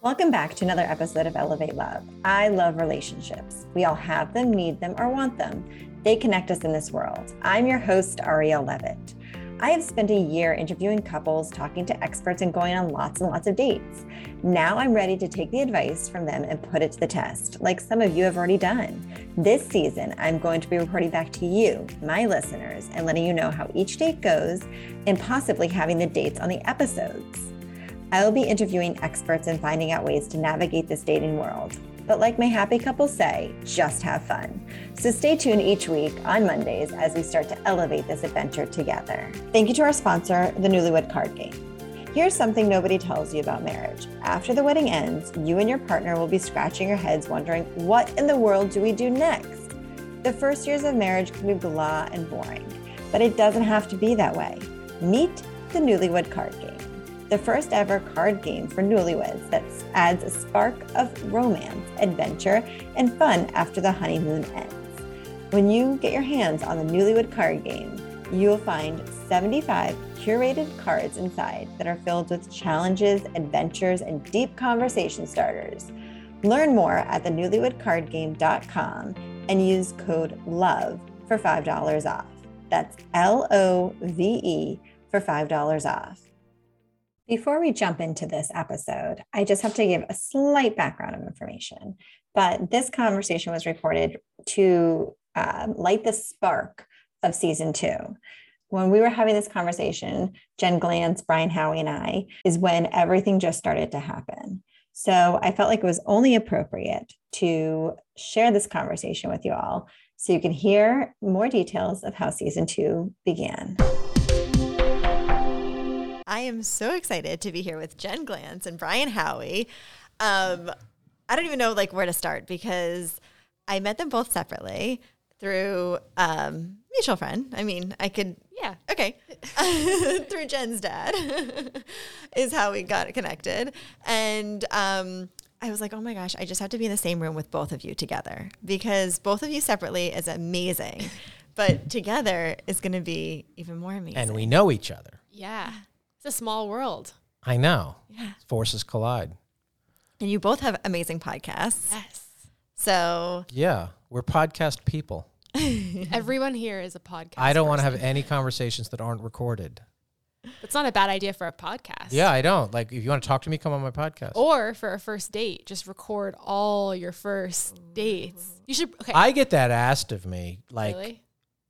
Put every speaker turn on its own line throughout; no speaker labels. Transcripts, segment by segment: Welcome back to another episode of Elevate Love. I love relationships. We all have them, need them, or want them. They connect us in this world. I'm your host, Ariel Levitt. I have spent a year interviewing couples, talking to experts, and going on lots and lots of dates. Now I'm ready to take the advice from them and put it to the test, like some of you have already done. This season, I'm going to be reporting back to you, my listeners, and letting you know how each date goes and possibly having the dates on the episodes. I will be interviewing experts and finding out ways to navigate this dating world. But like my happy couples say, just have fun. So stay tuned each week on Mondays as we start to elevate this adventure together. Thank you to our sponsor, the Newlywed Card Game. Here's something nobody tells you about marriage. After the wedding ends, you and your partner will be scratching your heads wondering, what in the world do we do next? The first years of marriage can be blah and boring, but it doesn't have to be that way. Meet the Newlywed Card Game the first ever card game for newlyweds that adds a spark of romance, adventure, and fun after the honeymoon ends. When you get your hands on the newlywed card game, you'll find 75 curated cards inside that are filled with challenges, adventures, and deep conversation starters. Learn more at thenewlywedcardgame.com and use code LOVE for $5 off. That's L O V E for $5 off. Before we jump into this episode, I just have to give a slight background of information. But this conversation was reported to um, light the spark of season two. When we were having this conversation, Jen Glantz, Brian Howie, and I, is when everything just started to happen. So I felt like it was only appropriate to share this conversation with you all so you can hear more details of how season two began.
I am so excited to be here with Jen Glantz and Brian Howie. Um, I don't even know like where to start because I met them both separately through um, mutual friend. I mean, I could
Yeah.
okay through Jen's dad is how we got connected, and um, I was like, oh my gosh, I just have to be in the same room with both of you together because both of you separately is amazing, but together is going to be even more amazing.
and we know each other.
Yeah. It's a small world.
I know.
Yeah.
Forces collide.
And you both have amazing podcasts.
Yes.
So
Yeah, we're podcast people.
Everyone here is a podcast.
I don't want to have any conversations that aren't recorded.
It's not a bad idea for a podcast.
Yeah, I don't. Like, if you want to talk to me, come on my podcast.
Or for a first date, just record all your first dates. You should. Okay.
I get that asked of me, like,
really?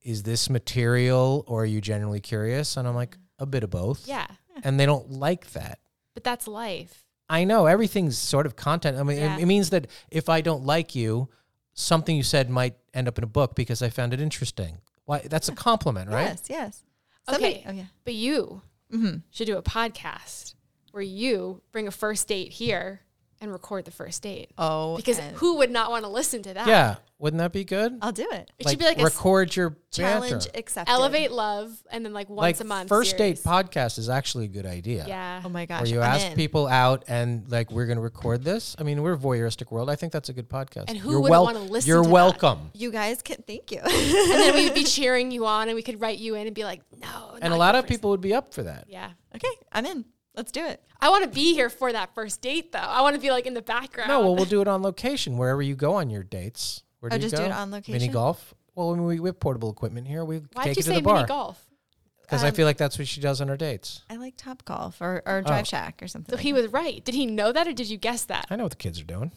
is this material or are you genuinely curious? And I'm like, a bit of both.
Yeah.
And they don't like that.
But that's life.
I know everything's sort of content. I mean,
Yeah.
it, it means that if I don't like you, something you said might end up in a book because I found it interesting. Why? That's a compliment, right?
yes, yes.
Okay.
Somebody- Oh yeah. Mm-hmm.
But you should do a podcast where you bring a first date here and record the first date.
Oh,
because who would not want to listen to that?
Yeah. Wouldn't that be good?
I'll do it.
It should be like a s-
record your
Challenge
banter.
accepted.
elevate love and then like once
like
a month.
first
series.
date podcast is actually a good idea.
Yeah.
Oh my gosh.
Where you
I'm
ask
in.
people out and like we're going to record this. I mean, we're voyeuristic world. I think that's a good podcast.
And who
You're
wouldn't wanna listen
You're
to that?
welcome.
You guys can thank you.
and then we'd be cheering you on and we could write you in and be like, no.
And
not
a lot
your
of
first-
people would be up for that.
Yeah.
okay, I'm in. Let's do it.
I want to be here for that first date though. I want to be like in the background.
No, well, we'll do it on location wherever you go on your dates. Where do
Oh,
you
just do
go?
it on
Mini
location?
golf. Well, I mean, we, we have portable equipment here. We
Why'd
take
you
it to
say
the
mini
bar
golf? Um,
because I feel like that's what she does on her dates.
I like Top Golf or, or Drive
Oh.
Shack or something.
So he was right. Did he know that or did you guess that?
I know what the kids are doing.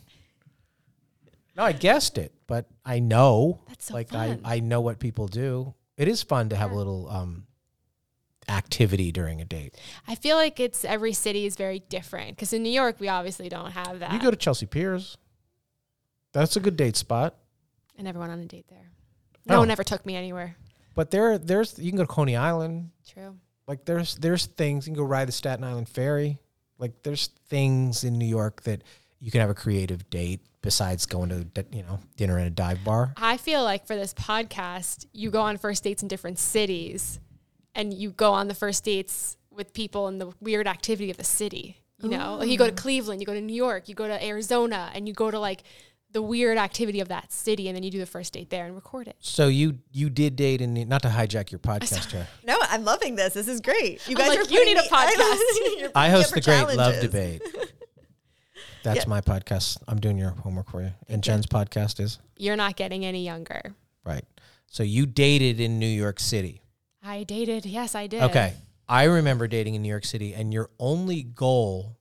No, I guessed it, but I know.
That's so
like
fun.
I, I know what people do. It is fun to have a little um activity during a date.
I feel like it's every city is very different because in New York we obviously don't have that.
You go to Chelsea Piers. That's a good date spot.
I never went on a date there. No
Oh.
one ever took me anywhere.
But there there's you can go to Coney Island.
True.
Like there's there's things you can go ride the Staten Island ferry. Like there's things in New York that you can have a creative date besides going to di- you know dinner at a dive bar.
I feel like for this podcast, you go on first dates in different cities and you go on the first dates with people and the weird activity of the city. You know, like you
Oh.
go to Cleveland, you go to New York, you go to Arizona, and you go to like the weird activity of that city, and then you do the first date there and record it.
So you you did date in not to hijack your podcast here.
no, I'm loving this. This is great.
I'm
You guys
like,
are
"You
putting
need a
me- I know.
podcast."
You're putting me
I
up
host
for
the Great Love
challenges.
Debate. That's
Yeah.
my podcast. I'm doing your homework for you. And Jen's podcast is
You're not getting any younger.
right. So you dated in New York City.
I dated. Yes, I did.
Okay. I remember dating in New York City, and your only goal,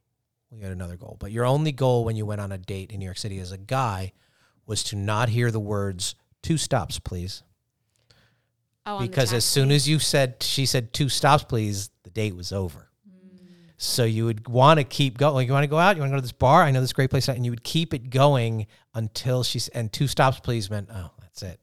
we got another goal, but your only goal when you went on a date in New York City as a guy was to not hear the words, two stops, please.
Oh, on the
because as
taxi.
soon as you said, she said, two stops, please, the date was over. So you would want to keep going. Like, you want to go out? You want to go to this bar? I know this great place. And you would keep it going until she's, and two stops, please meant, oh, that's it.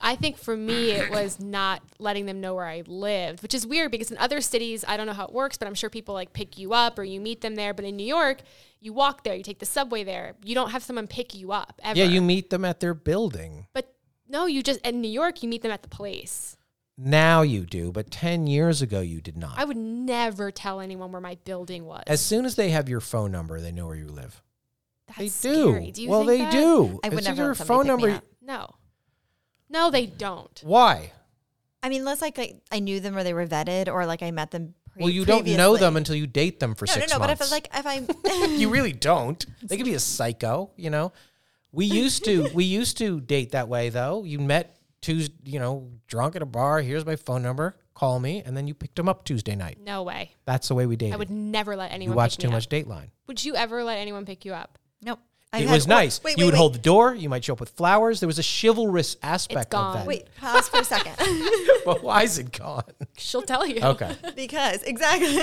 I think for me, it was not letting them know where I lived, which is weird because in other cities, I don't know how it works, but I'm sure people like pick you up or you meet them there. But in New York, you walk there, you take the subway there. You don't have someone pick you up ever.
Yeah, you meet them at their building.
But no, you just, in New York, you meet them at the place.
Now you do, but 10 years ago you did not.
I would never tell anyone where my building was.
As soon as they have your phone number, they know where you live.
That's
They
scary.
do.
Do you
well,
think
they
that?
do. As
I would
soon as
never
your
let somebody
phone
pick me
number.
up.
No. No, they don't.
Why?
I mean, unless like I, I knew them or they were vetted or like I met them. Pre-
Well, you don't know them
previously.
until you date them for
no,
six
no, no.
months.
But if like if I
you really don't. They could be a psycho. You know, we used to we used to date that way though. You met Tuesday, you know, drunk at a bar. Here's my phone number. Call me, and then you picked them up Tuesday night.
No way.
That's the way we dated.
I would never let anyone
you watched
pick
too
me
much
up.
Dateline.
Would you ever let anyone pick you up?
no, I
It
had-
was nice.
Wait,
you
wait,
would
wait,
hold the door. You might show up with flowers. There was a chivalrous aspect
gone.
of that.
Wait, pause for a second
But why is it gone?
She'll tell you.
Okay.
because exactly.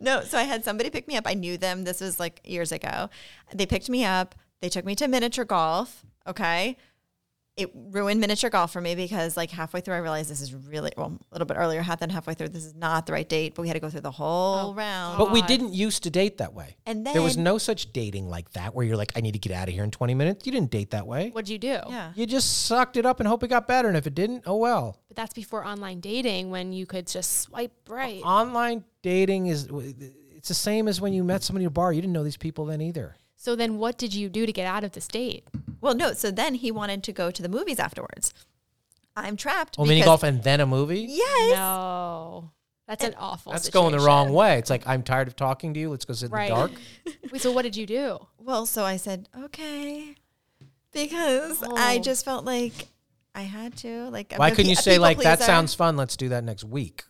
no, so I had somebody pick me up. I knew them. This was like years ago. They picked me up. They took me to miniature golf. Okay. It ruined miniature golf for me because like halfway through I realized this is really well a little bit earlier half than halfway through this is not the right date but we had to go through the whole
Oh.
round
But we
God.
didn't used to date that way.
And
there was
then-
no such dating like that where you're like, I need to get out of here in 20 minutes. You didn't date that way.
What'd you do?
yeah
You just sucked it up and hope it got better. And if it didn't, oh well.
But that's before online dating when you could just swipe right.
Uh-huh. Online dating is it's the same as when you met somebody at a bar. You didn't know these people then either.
So then what did you do to get out of this date?
Well, no. So then he wanted to go to the movies afterwards. I'm trapped.
Well, Oh, mini
because-
golf and then a movie.
Yes.
No. That's an awful
That's going the
situation.
wrong way. It's like I'm tired of talking to you. Let's go sit
Right.
in the dark.
Wait, so what did you do?
Well, so I said okay, because I
Oh.
just felt like I had to. Like, I'm
Why
a pe-
couldn't you
a
say
people
like that
pleaser,"
sounds fun? Let's do that next week.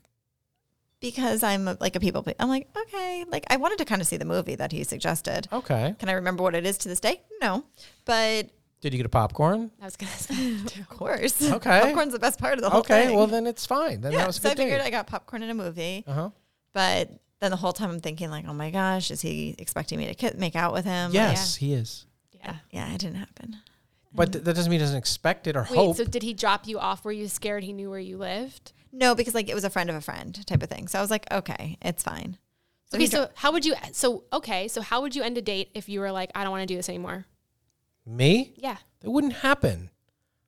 Because I'm a, like a people. Ple- I'm like okay. Like I wanted to kind of see the movie that he suggested.
Okay.
Can I remember what it is to this day? No, but
Did you get a popcorn?
I was going to say. too.
of course,
Okay.
popcorn's the best part of the whole
Okay.
thing.
Well, then it's fine. Then
yeah.
that was a
So
good
I figured
date.
I got popcorn in a movie.
uh huh.
But then the whole time I'm thinking like, oh my gosh, is he expecting me to ki- make out with him?
Yes, he is.
Yeah.
Yeah, it didn't happen.
But th- that doesn't mean he doesn't expect it or
Wait,
hope.
so did he drop you off? Were you scared he knew where you lived?
No, because like it was a friend of a friend type of thing. So I was like, okay, it's fine. So
okay,
he dro-
so how would you so okay, so how would you end a date if you were like, I don't want to do this anymore?
Me?
Yeah.
It wouldn't happen.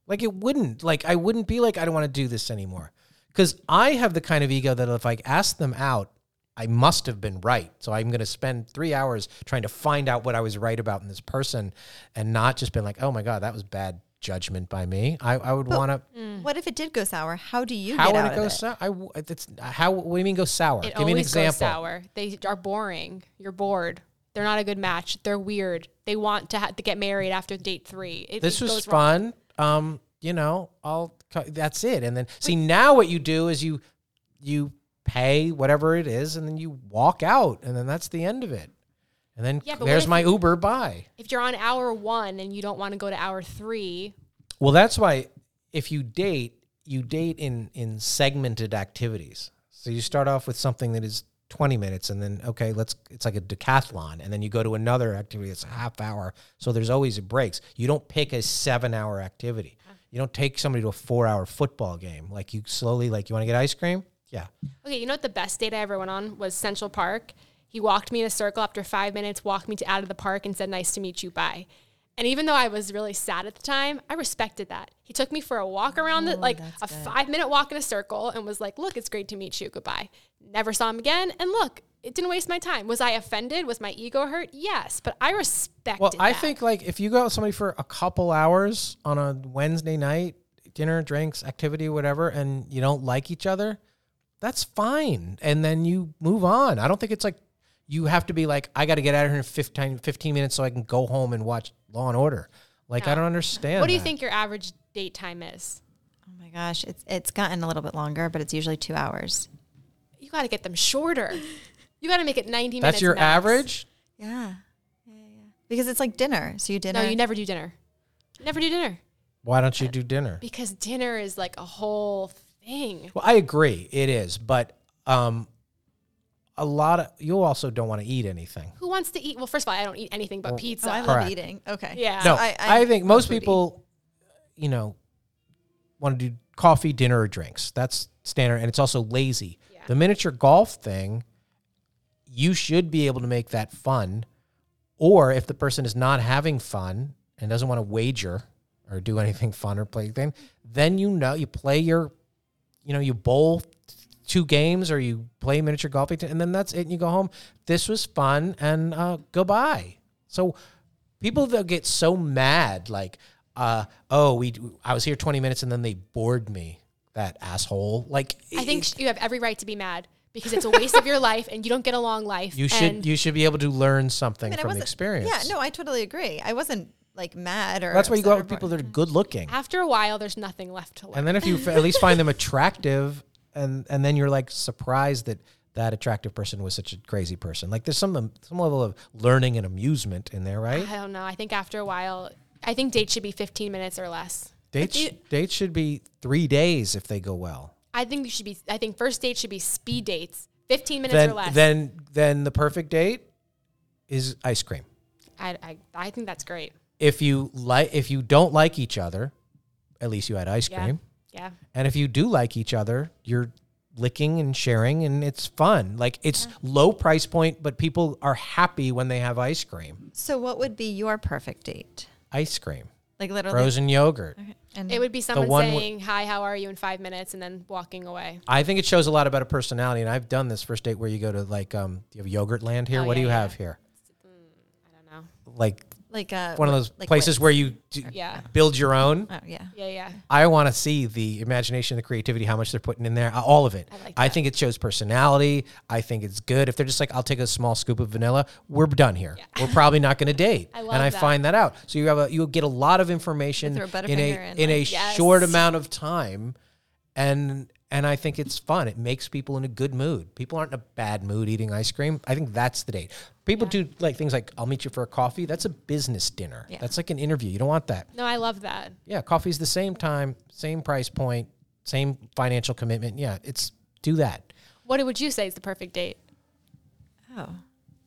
Like it wouldn't. Like I wouldn't be like I don't want to do this anymore. Cuz I have the kind of ego that if I ask them out, I must have been right. So I'm going to spend 3 hours trying to find out what I was right about in this person and not just been like, "Oh my god, that was bad judgment by me." I I would want to
what if it did go sour? How do you
mm. How
get
would
out
it go
of it?
sour? I w- it's how what do you mean go sour?
It
Uh, Give me
always
an
goes
example.
sour. They are boring. You're bored. They're not a good match. They're weird. They want to ha- to get married after date three. It,
This
it
was
goes wrong.
fun. Um, you know, I'll cu- that's it. And then see now what you do is you you pay whatever it is, and then you walk out, and then that's the end of it. And then
Yeah, but what
there's
if
my Uber. Bye.
If you're on hour one and you don't want to go to hour three,
Well, that's why if you date, you date in in segmented activities. So you start off with something that is 20 minutes and then okay, let's it's like a decathlon and then you go to another activity that's a half hour. So there's always breaks. You don't pick a 7-hour activity. You don't take somebody to a 4-hour football game. Like you slowly like you want to get ice cream? Yeah.
Okay, you know what the best date I ever went on was Central Park. He walked me in a circle after five minutes, walked me to, out of the park, and said, "Nice to meet you, bye." And even though I was really sad at the time, I respected that. He took me for a walk around, the, like a five-minute walk in a circle, and was like, "Look, it's great to meet you. Goodbye." Never saw him again, and look, it didn't waste my time. Was I offended? Was my ego hurt? Yes, but I respected.
Well, I
that.
think like if you go out with somebody for a couple hours on a Wednesday night, dinner, drinks, activity, whatever, and you don't like each other, that's fine. And then you move on. I don't think it's like you have to be like, I got to get out of here in 15, 15 minutes so I can go home and watch Law and Order. Like, I don't understand.
What do you
that.
think your average date time is?
Oh my gosh, it's it's gotten a little bit longer, but it's usually two hours.
You got to get them shorter. You got to make it 90 minutes.
That's your
max.
average?
Yeah. yeah, yeah, yeah. Because it's like dinner, so you dinner.
No, you never do dinner. Never do dinner
Why don't you do dinner?
because dinner is like a whole thing.
Well, I agree. It is. But um, a lot of, you also don't want to eat anything.
Who wants to eat? Well, first of all, I don't eat anything but
Oh, I
pizza.
love
Correct.
eating. Okay.
Yeah.
No,
So
I,
I- I'm
think
a
most
foodie.
people, you know, want to do coffee, dinner, or drinks. That's standard, and it's also lazy. The miniature golf thing, you should be able to make that fun. Or if the person is not having fun and doesn't want to wager or do anything fun or play thing, then you know you play your, you know, you bowl two games or you play miniature golf, and then that's it. And you go home. This was fun, and uh, goodbye. So people they'll get so mad like uh oh we i was here 20 minutes and then they bored me that asshole like
I think sh- you have every right to be mad because it's a waste of your life and you don't get a long life.
you should
and
you should be able to learn something
mean, I
from the
wasn't-
experience
Yeah, no, I totally agree. I wasn't like mad or
that's why you go out with
upset or
people that are good looking
after a while, there's nothing left to learn.
and then if you f- at least find them attractive and and then you're like surprised that that attractive person was such a crazy person like there's some some level of learning and amusement in there right
I don't know. I think after a while, I think dates should be 15 minutes or less.
dates dates should be 3 days if they go well
I think you should be. I think first date should be speed dates, 15 minutes
then
or less.
then then the perfect date is ice cream
I, I I think that's great.
if you like if you don't like each other, at least you had ice
Yeah.
cream.
Yeah.
And if you do like each other, you're licking and sharing and it's fun. Like it's low price point, but people are happy when they have ice cream.
So what would be your perfect date?
Ice cream.
Like literally
Frozen yogurt.
and
It would be someone
one wi-
saying, "Hi, how are you?" in five minutes, and then walking away.
I think it shows a lot about a personality. And I've done this first date where you go to like um do you have yogurt land here?
Oh,
what do
yeah,
you
yeah. Mm,
have here?
I don't know.
Like
like uh
one of
what-
those
like
places where you do,
Yeah.
build your own.
what- oh, yeah.
Yeah, yeah.
I want to see the imagination, the creativity, how much they're putting in there, uh, all of it. I,
like
think it shows personality. I think it's good. If they're just like, I'll take a small scoop of vanilla, we're done here. We're probably not going to date.
I love
and I
that.
find that out. So you have a you get a lot of information
Throw
in a
Butterfinger
in,
in,
a
like-
Yes.
short amount of time, and and I think it's fun. It makes people in a good mood. People aren't in a bad mood eating ice cream. I think that's the date. People do like things like, I'll meet you for a coffee. That's a business dinner.
Yeah.
That's like an interview. You don't want that.
No, I love that.
Yeah, coffee's the same time, same price point, same financial commitment. Yeah, it's do that.
What would you say is the perfect date?
Oh.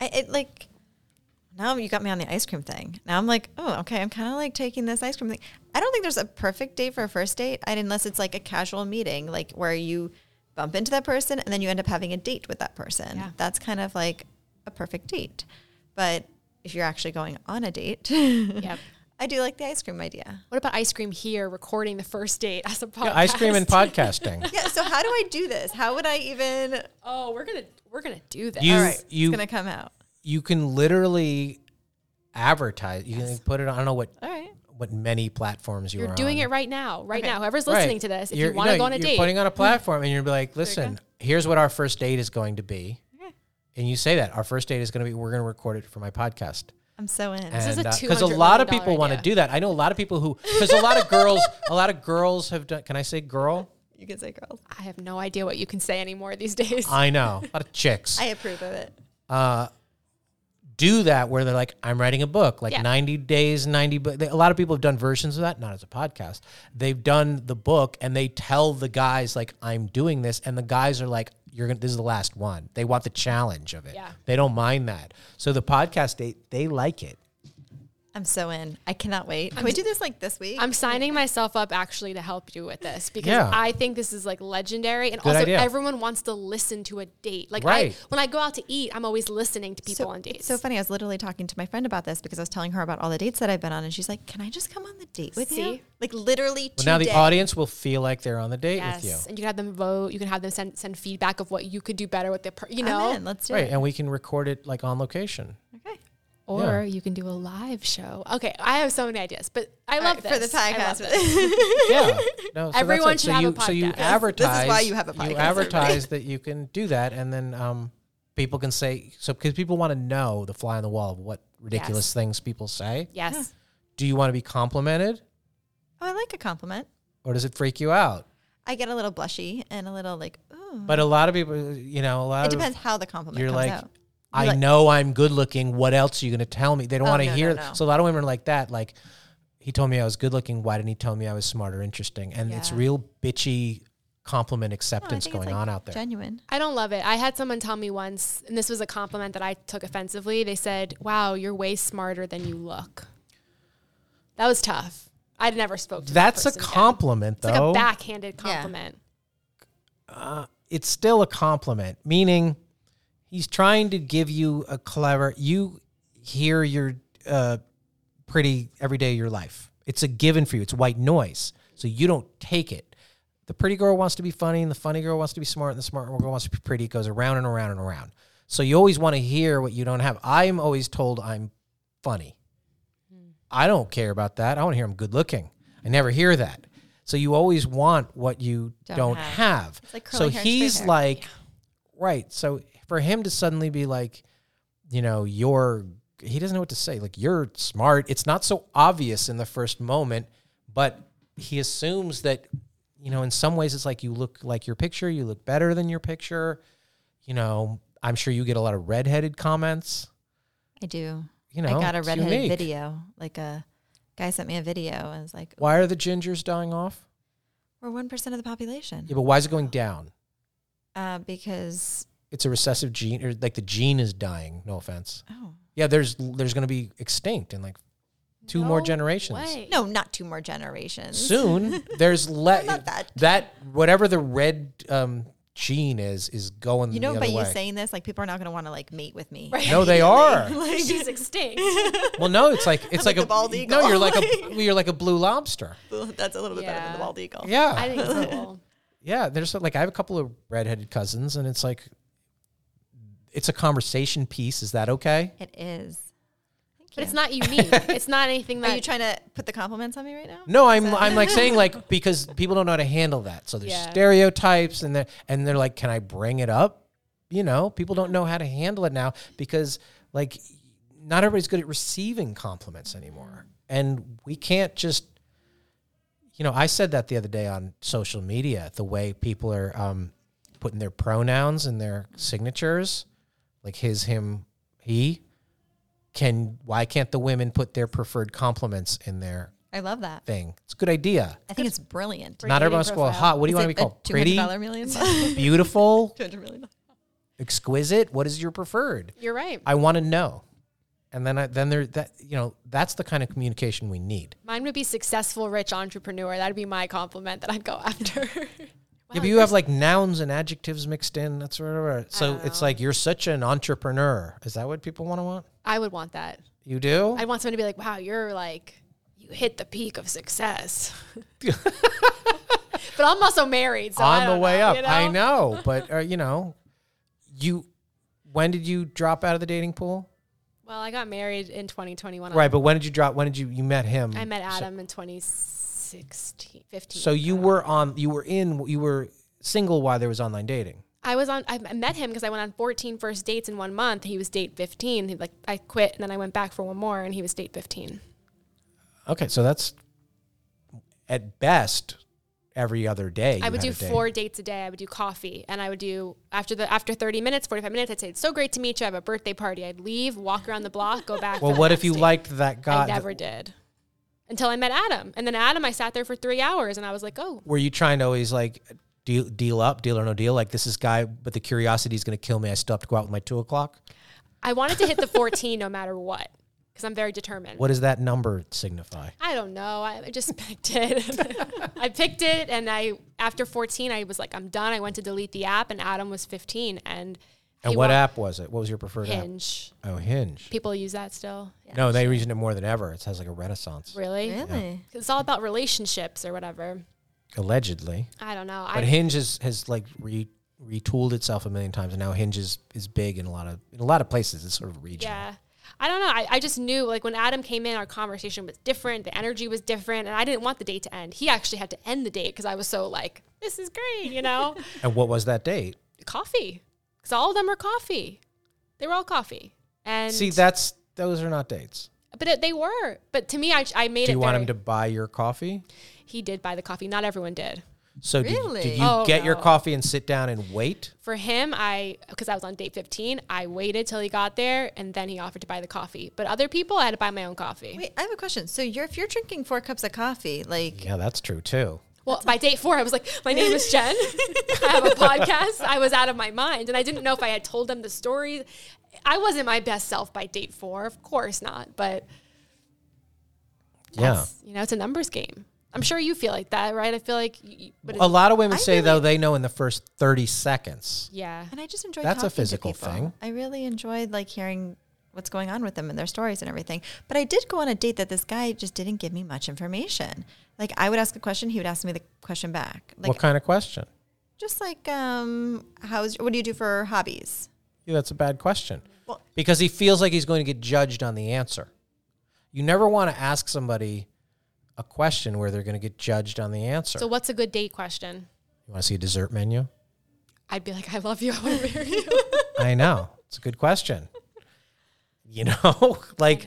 I, it like now you got me on the ice cream thing. Now I'm like, oh, okay. I'm kind of like taking this ice cream thing. I don't think there's a perfect date for a first date, and unless it's like a casual meeting, like where you bump into that person and then you end up having a date with that person.
Yeah.
That's kind of like a perfect date. But if you're actually going on a date,
Yep.
I do like the ice cream idea.
What about ice cream here? Recording the first date as a podcast.
Yeah, ice cream and podcasting.
Yeah. So how do I do this? How would I even?
Oh, we're gonna we're gonna do this.
You
All right,
you
it's gonna come out.
you can literally advertise. You can put it on I don't know what
All right.
what many platforms you
You're
are
doing
on.
it right now, right
Okay.
now. Whoever's listening to this, if you want to go on a
you're
date, Mm.
putting on a platform and you're like, listen, here's what our first date is going to be. And you say that our first date is going to be we're going to record it for my podcast.
I'm so in.
Uh,
is a
because a
$200
lot of
million
people want to
idea.
do that. I know a lot of people who because a lot of girls, a lot of girls have done. Can I say girl?
you can say girls.
I have no idea what you can say anymore these days.
I know a lot of chicks.
I approve of it.
do that where they're like, I'm writing a book, like
Yeah.
90 days, 90 book. A lot of people have done versions of that, not as a podcast. They've done the book and they tell the guys, like, I'm doing this. And the guys are like, you're gonna, this is the last one. They want the challenge of it.
Yeah.
They don't mind that. So the podcast date, they like it.
I'm so in. I cannot wait. Can we do this like this week?
I'm signing myself up actually to help you with this because
Yeah.
I think this is like legendary, and
Good
also
idea.
everyone wants to listen to a date. Like I,
Right.
when I go out to eat, I'm always listening to people
so,
on dates.
it's so funny. I was literally talking to my friend about this because I was telling her about all the dates that I've been on, and she's like, "Can I just come on the date with you?"
See?
Like literally
Well,
today.
now the audience will feel like they're on the date
yes,
with you.
and you can have them vote. You can have them send send feedback of what you could do better with the, per- you know,
I'm in. Let's do
Right.
it.
And we can record it like on location.
Okay.
or
Yeah.
you can do a live show. Okay, I have so many ideas, but I love
All right,
this
for the
I love
podcast.
this.
yeah. No, so
Everyone
that's it.
should
so
have a
you, So you
podcast. This- this is
advertise.
why you have a podcast,
You
everybody.
advertise that you can do that, and then um, people can say so because people want to know the fly on the wall of what ridiculous
Yes.
things people say.
Yes.
Do you want to be complimented
Oh, I like a compliment.
or does it freak you out?
I get a little blushy and a little like, ooh.
But a lot of people, you know, a lot
it
of
depends how the compliment
you're
comes
like,
out.
I
You're like-
know I'm good looking. What else are you going to tell me? They don't
Oh,
want to
no, no,
hear.
no.
So a lot of women are like that. Like, he told me I was good looking. Why didn't he tell me I was smart or interesting? And it's
Yeah.
real bitchy compliment
No, I
acceptance
think it's,
going
like,
on out there.
Genuine.
I don't love it. I had someone tell me once, and this was a compliment that I took offensively. They said, "Wow, you're way smarter than you look." That was tough. I'd never spoke to. that
That's a
person again.
compliment,
It's
though.
like a backhanded
Yeah.
compliment.
it's still a compliment, meaning he's trying to give you a clever. You hear your uh, pretty every day of your life. It's a given for you. It's white noise, so you don't take it. The pretty girl wants to be funny, and the funny girl wants to be smart, and the smart girl wants to be pretty. It goes around and around and around. So you always want to hear what you don't have. I'm always told I'm funny. I don't care about that. I want to hear I'm good looking. I never hear that. So you always want what you don't,
Don't
have.
have. It's like
so
curly hair and straight
he's
hair.
like, right. So for him to suddenly be like, you know, you're, he doesn't know what to say. Like, you're smart. It's not so obvious in the first moment, but he assumes that, you know, in some ways it's like you look like your picture, you look better than your picture. You know, I'm sure you get a lot of redheaded comments.
I do.
You know,
I got a
it's
redheaded
unique.
video. Like a guy sent me a video and was like,
Why are the gingers dying off?
we're 1% of the population.
Yeah, but why is it going down?
Uh, because,
It's a recessive gene, or like the gene is dying. No offense.
oh.
Yeah, there's there's going to be extinct in like two more
No
generations.
way.
No, not two more generations.
Soon there's le-
Not that.
whatever the red um, gene is is going.
You know,
the
by
other
you
way.
saying this, like people are not going to want to like mate with me.
Right.
No, they are.
she's extinct.
Well, no, it's like it's like,
Like the
a
bald
No,
eagle.
you're like a you're like a blue lobster.
That's a little bit better than
Yeah.
the bald eagle.
Yeah,
I think it's cool.
yeah. There's like I have a couple of redheaded cousins, and it's like it's a conversation piece. Is that okay?
It is. Thank
But it's
you.
not unique. It's not anything that
Are you trying to put the compliments on me right now?
No, I'm I'm like saying like because people don't know how to handle that. So there's
Yeah.
stereotypes and they're and they're like, Can I bring it up? You know, people don't know how to handle it now because like not everybody's good at receiving compliments anymore. And we can't just you know, I said that the other day on social media, the way people are um, putting their pronouns and their signatures, like his, him, he. Can why can't the women put their preferred compliments in their
I love that.
thing. It's a good idea.
I think it's brilliant.
Not
dating
everyone's called
profile.
hot. What do you
Is
want to be
it a
called? Pretty,
$200 million? $200
beautiful,
million.
exquisite. What is your preferred?
you're right.
I want to know. And then I then there that you know that's the kind of communication we need.
Mine would be successful, rich entrepreneur. That'd be my compliment that I'd go after.
if you have like nouns and adjectives mixed in, that's whatever. So it's like you're such an entrepreneur. Is that what people want to want?
I would want that.
You do?
I'd want someone to be like, "Wow, you're like, you hit the peak of success." but I'm also married, so I
On the
don't
way
know,
up.
you
I know, but uh, you know, you when did you drop out of the dating pool?
Well, I got married in 2021.
Right, but when did you drop? When did you you met him?
I met
So-
Adam in 2016, 15.
So you were on, you were in, you were single while there was online dating.
I was on. I met him because I went on 14 first dates in one month. He was date 15. He, like I quit, and then I went back for one more, and he was date 15.
Okay, so that's at best every other day.
I
you
would do
had a date.
four dates a day. I would do coffee, and I would do after the after 30 minutes, 45 minutes. I'd say it's so great to meet you. I have a birthday party. I'd leave, walk around the block, go back.
Well,
for the
what if
next
you
date.
liked that guy?
I never did until I met Adam, and then Adam, I sat there for three hours, and I was like, oh,
Were you trying to always like deal, deal up, deal or no deal? Like this is guy, but the curiosity is going to kill me. I still have to go out with my two o'clock.
I wanted to hit the 14 no matter what because I'm very determined.
What does that number signify?
I don't know. I I just picked it. I picked it, and I after 14, I was like, I'm done. I went to delete the app, and Adam was 15, and
And
he
what
wa-
app was it? What was your preferred
Hinge.
app? Oh, Hinge.
People use that still. Yeah.
No, they using it more than ever. It has like a renaissance,
Really?
Really?
'Cause It's all about relationships or whatever.
allegedly.
I don't know.
But
I,
Hinge has has like re, retooled itself a million times, and now Hinge is, is big in a lot of in a lot of places. It's sort of regional.
yeah. I don't know. I, I just knew like when Adam came in, our conversation was different. The energy was different. And I didn't want the date to end. He actually had to end the date because I was so like, this is great, you know?
And what was that date?
coffee. Because all of them are coffee. They were all coffee. And
See, that's those are not dates.
but it, they were. But to me, I, I made
Do
it.
you want
very-
him to buy your coffee?
He did buy the coffee. Not everyone did.
So did- did,
Really?
you
Oh,
get your
no.
coffee and sit down and wait?
For him, I because I was on date fifteen, I waited till he got there, and then he offered to buy the coffee. But other people, I had to buy my own coffee.
Wait, I have a question. So you're if you're drinking four cups of coffee, like
Yeah, that's true too.
Well, by date four, I was like, my name is Jen. I have a podcast. I was out of my mind. And I didn't know if I had told them the story. I wasn't my best self by date four. Of course not. But,
Yeah.
that's- you know, it's a numbers game. I'm sure you feel like that, right? I feel like, you, you- but it's,
A lot of women
I
say though they know in the first 30 seconds.
yeah.
and I just enjoy
That's a
talking to
physical
people.
thing.
I really enjoyed like hearing what's going on with them and their stories and everything. But I did go on a date that this guy just didn't give me much information. Like I would ask a question, he would ask me the question back. Like
what kind of question?
just like um how's what do you do for hobbies?
Yeah, that's a bad question.
Well-
because he feels like he's going to get judged on the answer. You never want to ask somebody a question where they're going to get judged on the answer.
So, what's a good date question?
you want to see a dessert menu?
I'd be like, I love you. I want to marry you.
I know. It's a good question. You know, like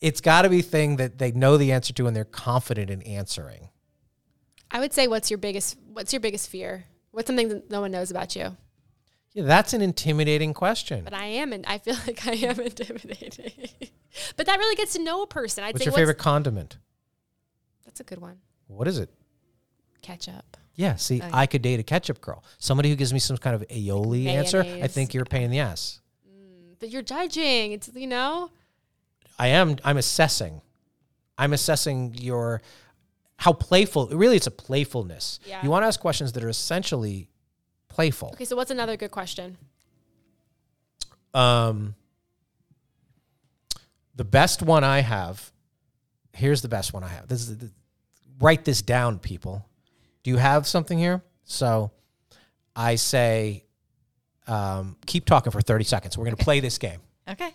it's got to be thing that they know the answer to and they're confident in answering.
I would say, what's your biggest, what's your biggest fear? What's something that no one knows about you?
Yeah, that's an intimidating question.
But I am, and I feel like I am intimidating. but that really gets to know a person. I'd
What's
say,
your favorite condiment?
That's a good one.
What is it?
Ketchup.
Yeah, see,
Oh, yeah.
I could date a ketchup girl. Somebody who gives me some kind of aioli answer, I
Mayonnaise.
think you're a pain in the ass.
But you're judging. It's you know.
I am. I'm assessing. I'm assessing your how playful. Really, it's a playfulness.
Yeah.
You want to ask questions that are essentially playful.
Okay, so what's another good question?
Um, the best one I have. Here's the best one I have. This is the, write this down, people. Do you have something here? So, I say, um, keep talking for 30 seconds. We're gonna play this game.
Okay.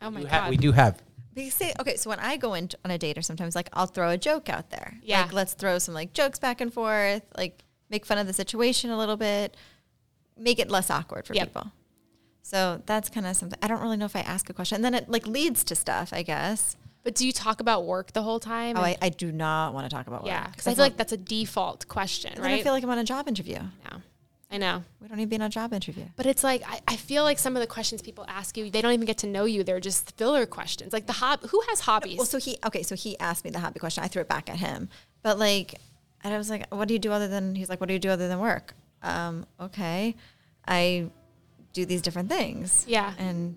Oh my
You ha-
god.
we do have.
Because say, okay, so when I go in on a date or sometimes like I'll throw a joke out there.
Yeah.
Like let's throw some like jokes back and forth, like make fun of the situation a little bit, make it less awkward for
Yep.
people. So that's kind of something. I don't really know if I ask a question. And then it like leads to stuff, I guess.
but do you talk about work the whole time?
Oh,
And-
I, I do not want to talk about work.
yeah, because I feel like that's a default question,
then
right?
I feel like I'm on a job interview.
no. I know.
We don't even be on a job interview.
But it's like I, I feel like some of the questions people ask you, they don't even get to know you. They're just filler questions. Like the hob who has hobbies?
Well, so he okay, so he asked me the hobby question. I threw it back at him, but like, and I was like, "What do you do other than?" He's like, "What do you do other than work?" Um, okay, I do these different things.
Yeah.
and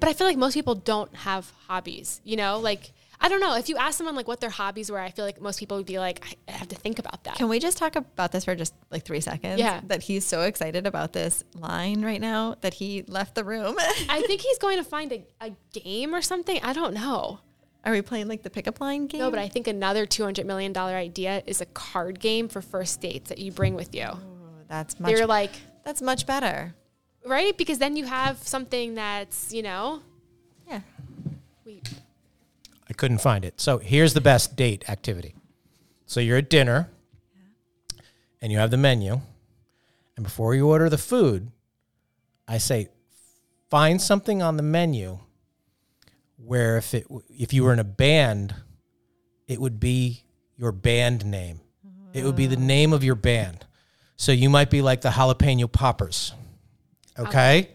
but I feel like most people don't have hobbies, you know? Like I don't know. If you ask someone like what their hobbies were, I feel like most people would be like, I I have to think about that.
can we just talk about this for just like three seconds?
Yeah.
that he's so excited about this line right now that he left the room.
I think he's going to find a, a game or something. I don't know.
Are we playing like the pickup line game?
No, but I think another two hundred million dollar idea is a card game for first dates that you bring with you.
Oh, that's much.
They're like,
that's much better.
right? Because then you have something that's, you know,
Yeah.
we
I couldn't find it. So here's the best date activity. So you're at dinner and you have the menu. And before you order the food, I say find something on the menu where if it if you were in a band, it would be your band name. It would be the name of your band. So you might be like the jalapeno poppers. Okay?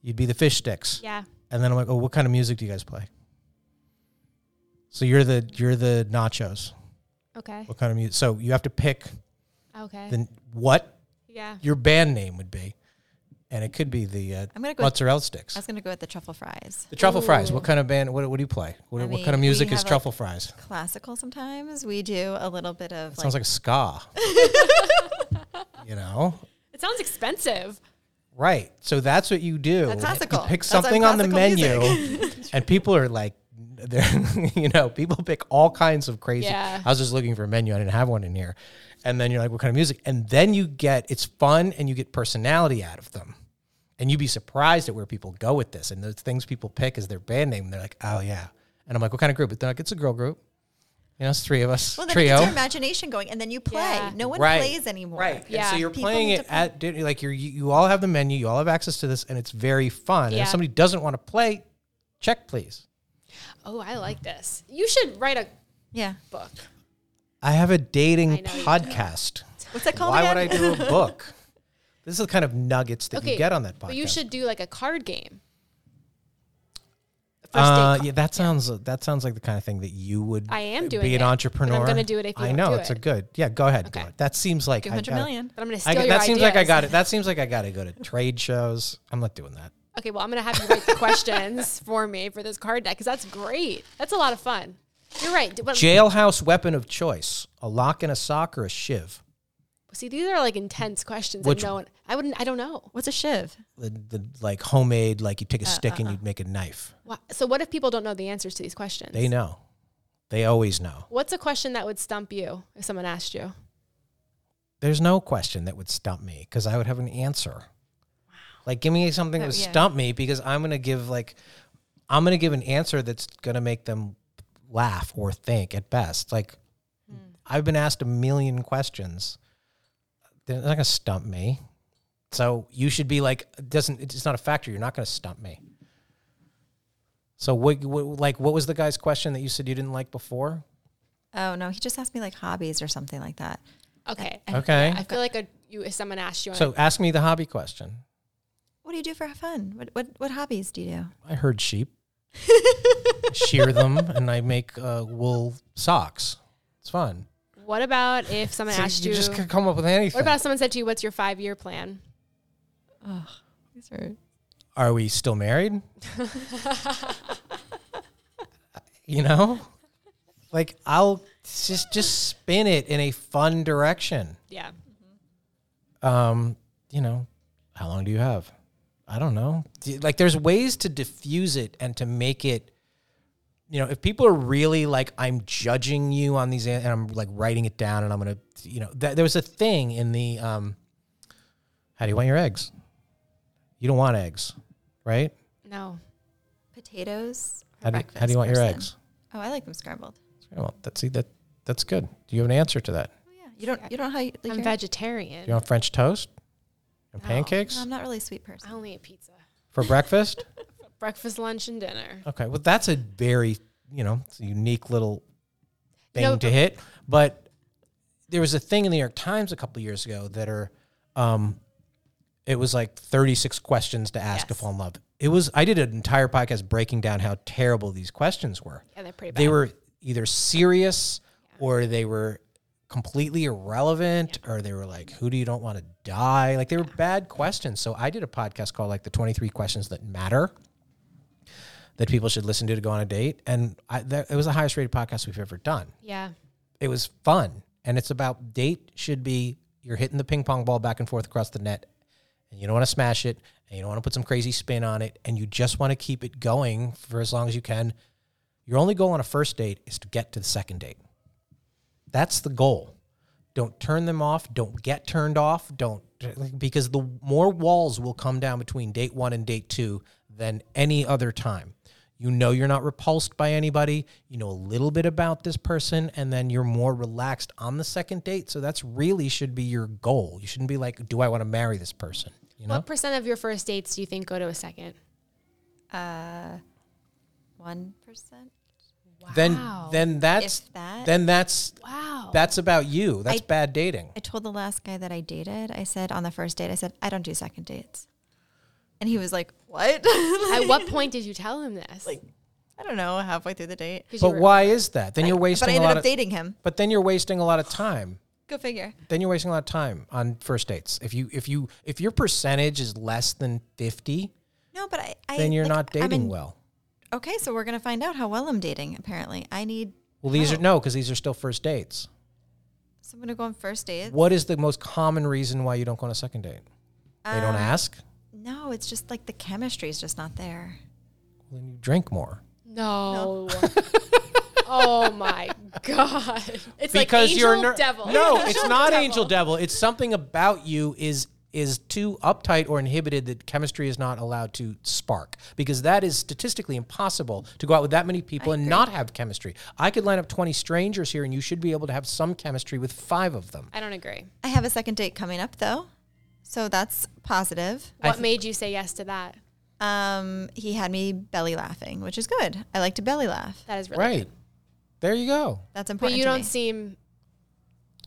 You'd be the fish sticks.
yeah.
And then I'm like, oh, what kind of music do you guys play? So you're the you're the nachos.
Okay.
What kind of music? So you have to pick
Okay.
then what
yeah.
your band name would be, and it could be the uh,
I'm gonna go with-
mozzarella
I
sticks,
was gonna go with the truffle fries.
the truffle fries.
Ooh.
What kind of band? What, what do you play? What,
I
what
mean,
kind of
we
music is
have a-
truffle fries?
Classical. Sometimes we do a little bit of
Sounds like ska. you know,
It sounds expensive.
right? So that's what you do.
That's classical.
You pick
That's like
something on the
classical
menu, and people are like. They're, you know, people pick all kinds of crazy.
Yeah.
I was just looking for a menu. I didn't have one in here. And then you're like, what kind of music? And then you get, it's fun and you get personality out of them. And you'd be surprised at where people go with this. And the things people pick is their band name. And they're like, oh, yeah. And I'm like, what kind of group? But they're like, it's a girl group. You know, it's three of us.
Well, then it
trio.
gets your imagination going, and then you play.
Yeah.
No one
Right.
plays anymore.
Right. And
Yeah.
so you're
People
playing
need
it
to play.
at dinner. Like you're, you, you all have the menu, you all have access to this, and it's very fun. And
Yeah.
if somebody doesn't want to play, check, please.
Oh, I like this. You should write a
Yeah.
book.
I have a dating
I know you do.
podcast.
What's that called?
Why
again?
would I do a book? This is the kind of nuggets that you
Okay,
get on that podcast.
But you should do like a card game. First
Uh,
date
yeah, that sounds that sounds like the kind of thing that you would.
I am doing
Be an
it, and I'm
entrepreneur.
gonna do it if you
I
don't
know
do
it's a
it.
good. Yeah, go ahead.
Okay.
Do it. That seems like I
200
gotta-
million.
But I'm going to
I,
steal
that
your
seems like I
ideas.
got it. That seems like I got to go to trade shows. I'm not doing that.
Okay, well, I'm going to have you write the questions for me for this card deck because that's great. That's a lot of fun. You're right. D- But
Jailhouse weapon of choice: a lock and a sock or a shiv.
see, these are like intense questions.
Which-
That no one, I wouldn't, I don't know.
What's a shiv?
The, the like homemade, like you take a stick and you make a knife.
Wha- So, what if people don't know the answers to these questions?
They know. They always know.
What's a question that would stump you if someone asked you?
There's no question that would stump me because I would have an answer. Like, give me something that
Oh,
would
yeah.
stump me because I'm gonna give like, I'm gonna give an answer that's gonna make them laugh or think at best. Like,
Hmm.
I've been asked a million questions. They're not gonna stump me. So you should be like, it doesn't it's not a factor. You're not gonna stump me. So what, what like what was the guy's question that you said you didn't like before?
Oh no, he just asked me like hobbies or something like that.
Okay.
Okay.
I feel like a, you, if someone asked you,
So ask me the hobby question.
What do you do for fun? What what, what hobbies do you do?
I herd sheep, shear them, and I make uh, wool socks. It's fun.
what about if someone
So
asked
you
you,
just could come up with anything.
what about if someone said to you, what's your five year plan?
These are
Are we still married? you know, like I'll just just spin it in a fun direction.
Yeah.
Um, you know, how long do you have? I don't know. Do you- Like, there's ways to diffuse it and to make it. You know, if people are really like, I'm judging you on these, an- and I'm like writing it down, and I'm gonna, you know, th- there was a thing in the, um, how do you want your eggs? You don't want eggs, right?
No.
potatoes. for
How do, you,
breakfast
how do you want your
person.
eggs?
Oh, I like them scrambled.
Well, that's see that that's good. Do you have an answer to that?
Oh yeah, you don't you don't know how you. Like
I'm
your-
vegetarian.
Do you want French toast and
No. Um,
pancakes
No, I'm not really a sweet person.
I only eat pizza.
for breakfast?
Breakfast, lunch, and dinner.
Okay, well, that's a very you know it's a unique little
You
thing
know,
to hit. But there was a thing in the New York Times a couple of years ago that are, um, it was like thirty six questions to ask to
Yes.
fall in love. It was I did an entire podcast breaking down how terrible these questions were.
Yeah, they're pretty bad.
They were either serious or they were completely irrelevant or they were like who do you don't want to die like they were bad questions so i did a podcast called like the 23 questions that matter that people should listen to to go on a date and I, that, it was the highest rated podcast we've ever done
Yeah.
it was fun and it's about date should be you're hitting the ping pong ball back and forth across the net and you don't want to smash it and you don't want to put some crazy spin on it and you just want to keep it going for as long as you can your only goal on a first date is to get to the second date that's the goal don't turn them off don't get turned off don't because the more walls will come down between date one and date two than any other time you know you're not repulsed by anybody you know a little bit about this person and then you're more relaxed on the second date so that's really should be your goal you shouldn't be like do i want to marry this person you know
What percent of your first dates do you think go to a second?
Uh, one percent.
then
Wow.
then that's
If that-
then that's
Wow.
that's about you that's
I-
bad dating
I told the last guy that I dated. I said on the first date, I said I don't do second dates, and he was like, "What?" I
At what point did you tell him this? Like,
don't know. Halfway through the date,
but why is that then you're
but I
wasting a
ended
lot
up
of
dating him.
but then you're wasting a lot of time
Go figure.
then you're wasting a lot of time on first dates. If you if you if your percentage is less than fifty,
No, but I. I
then you're
like,
not
I'm
dating
in-
well.
Okay, so we're gonna find out how well I'm dating. Apparently, I need
Well, these are no, because these are still first dates.
someone to go on first dates.
What is the most common reason why you don't go on a second date? They don't
Um,
ask.
No, it's just like the chemistry is just not there.
Well, then you drink more
no. oh my God. It's like angel
ner-
devil.
No, it's not angel devil. It's something about you is is too uptight or inhibited that chemistry is not allowed to spark because that is statistically impossible to go out with that many people and not have chemistry. I could line up 20 strangers here and you should be able to have some chemistry with 5 of them.
I don't agree.
I have a second date coming up though. So that's positive.
What made you say yes to that?
Um, he had me belly laughing, which is good. I like to belly laugh.
That is really
Right. There you go.
That's
But
important.
you
to
don't
me.
seem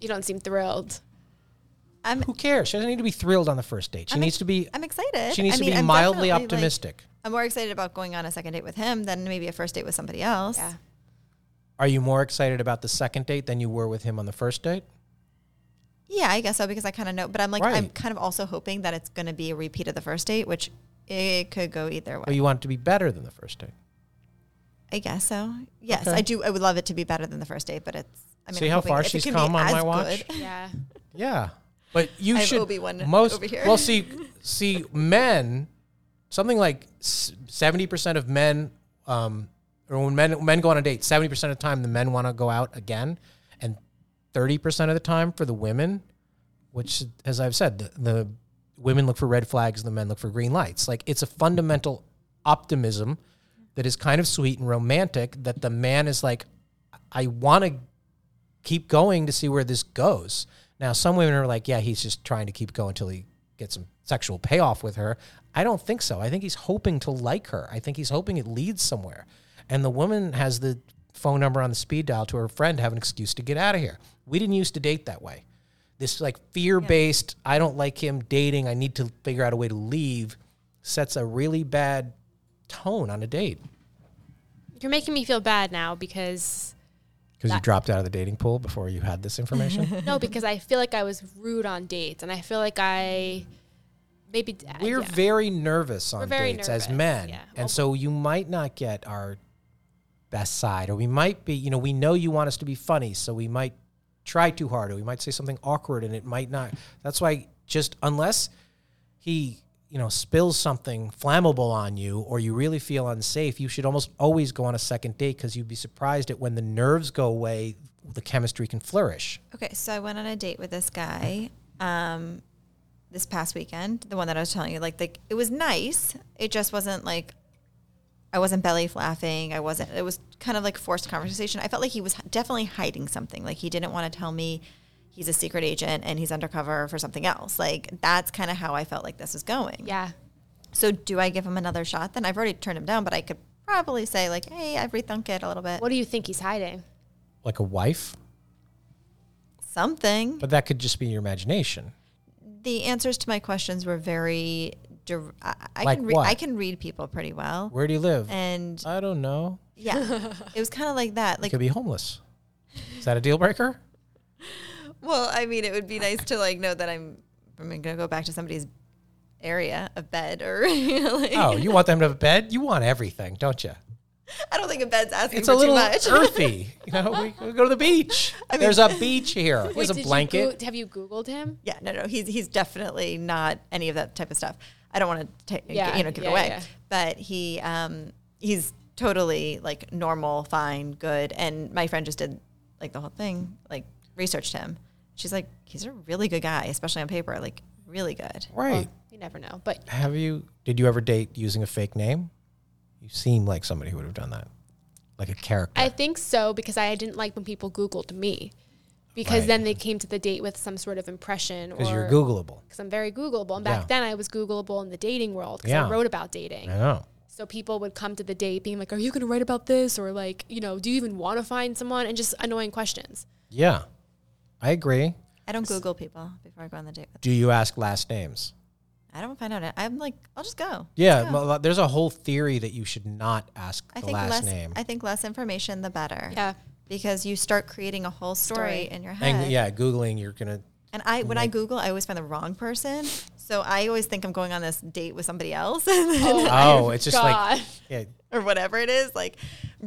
you don't seem thrilled.
I'm
Who cares? She doesn't need to be thrilled on the first date. She needs to be
I'm excited.
she needs
I
to
mean,
be
I'm
mildly
definitely, like,
optimistic.
I'm more excited about going on a second date with him than maybe a first date with somebody else.
Yeah.
Are you more excited about the second date than you were with him on the first date?
Yeah, I guess so because I kind of know, but I'm like I'm
Right.
kind of also hoping that it's going to be a repeat of the first date, which it could go either way.
Or you want it to be better than the first date?
I guess so. Yes,
Okay.
I do. I would love it to be better than the first date, but it's. I mean,
See
I'm
how
hoping
far
if it
she's
can be
come on
as
my watch?
good-
Yeah.
Yeah, but you
I have
should
Obi-Wan
most
over here.
well see see men something like seventy percent of men um or when men men go on a date seventy percent of the time the men want to go out again and thirty percent of the time for the women, which as I've said the, the women look for red flags and the men look for green lights like it's a fundamental optimism that is kind of sweet and romantic that the man is like I want to keep going to see where this goes. Now, some women are like, yeah, he's just trying to keep going until he gets some sexual payoff with her. I don't think so. I think he's hoping to like her. I think he's hoping it leads somewhere. And the woman has the phone number on the speed dial to her friend to have an excuse to get out of here. We didn't used to date that way. This like fear based, I don't like him dating, I need to figure out a way to leave sets a really bad tone on a date.
You're making me feel bad now because
Because you dropped out of the dating pool before you had this information.
no, because I feel like I was rude on dates and I feel like I maybe uh,
We're
yeah.
very nervous on
very
dates as
nervous,
men.
yeah. Well-
And so you might not get our best side, or we might be, you know, we know you want us to be funny, so we might try too hard, or we might say something awkward and it might not. That's why just unless he, you know, spills something flammable on you or you really feel unsafe, you should almost always go on a second date because you'd be surprised at when the nerves go away, the chemistry can flourish.
Okay, so I went on a date with this guy um, this past weekend, the one that I was telling you. Like, like it was nice. It just wasn't like I wasn't belly laughing. I wasn't. It was kind of like forced conversation. I felt like he was definitely hiding something. Like he didn't want to tell me he's a secret agent and he's undercover for something else. Like that's kind of how I felt like this was going.
yeah.
So do I give him another shot? Then I've already turned him down, but I could probably say like, hey, I've rethunk it a little bit.
What do you think he's hiding?
Like a wife,
Something.
but that could just be your imagination.
the answers to my questions were very. dir- I, I
Like
can re-
what?
I can read people pretty well,
Where do you live?
and
I don't know.
yeah, it was kind of like that. Like,
could be homeless. Is that a deal breaker?
well, I mean, it would be nice to like know that I'm I'm gonna go back to somebody's area of bed or you know, like,
Oh, you want them to have a bed? You want everything, don't you?
I don't think a bed's asking
It's
for
a little
too much.
earthy. You know, we, we go to the beach. There's a beach here. There's a
did you
blanket.
Goo- have you Googled him?
yeah, no, no, he's he's definitely not any of that type of stuff. I don't want to
Yeah,
you know give
yeah,
away,
yeah.
but he um he's totally like normal, fine, good. And my friend just did like the whole thing, like researched him. She's like, he's a really good guy, especially on paper, like really good.
right.
You never know. But
Have you? Did you ever date using a fake name? You seem like somebody who would have done that, like a character.
I think so because I didn't like when people Googled me because
Right.
then they came to the date with some sort of impression
Because
or
you're Googleable.
because I'm very Googleable. And back
Yeah.
then I was Googleable in the dating world because
Yeah.
I wrote about dating.
I know.
So people would come to the date being like, are you going to write about this? Or like, you know, do you even want to find someone? And just annoying questions.
Yeah, I agree.
I don't Google people before I go on the date with.
Do you ask last names?
I don't find out. I'm like, I'll just go.
Yeah, well, there's a whole theory that you should not ask
I
the
think
last
less.
name.
I think less information, the better.
Yeah.
Because you start creating a whole story,
Story.
in your head.
and yeah, googling, you're gonna
And I, when I Google, I always find the wrong person. So I always think I'm going on this date with somebody else, and then-
Oh, it's just like
God.
yeah,
or whatever it is. Like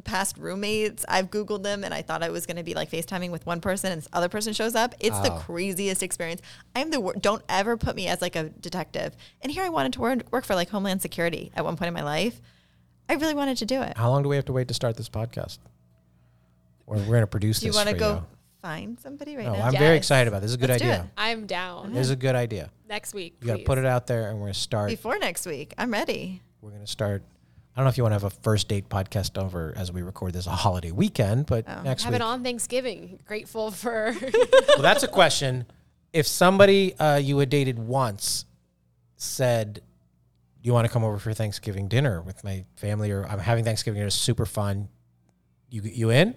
past roommates, I've Googled them, and I thought I was going to be like FaceTiming with one person, and this other person shows up. It's the craziest experience. I'm the wor- don't ever put me as like a detective. And here I wanted to wor- work for like Homeland Security at one point in my life. I really wanted to do it.
How long do we have to wait to start this podcast? Or we're going to produce
Do you
this
want to
for
go find somebody right
No,
now?
I'm very
Yes.
excited about this. This is a good
Let's do
idea.
I'm down.
This is a good idea.
Next week.
You got to put it out there, and we're gonna start.
Before next week, I'm ready.
We're gonna start. I don't know if you want to have a first date podcast over as we record this a holiday weekend, but
Oh,
next
Have
week.
it on Thanksgiving. Grateful for.
Well, that's a question. If somebody uh, you had dated once said, "You want to come over for Thanksgiving dinner with my family?" or "I'm having Thanksgiving dinner, it's super fun," you you in?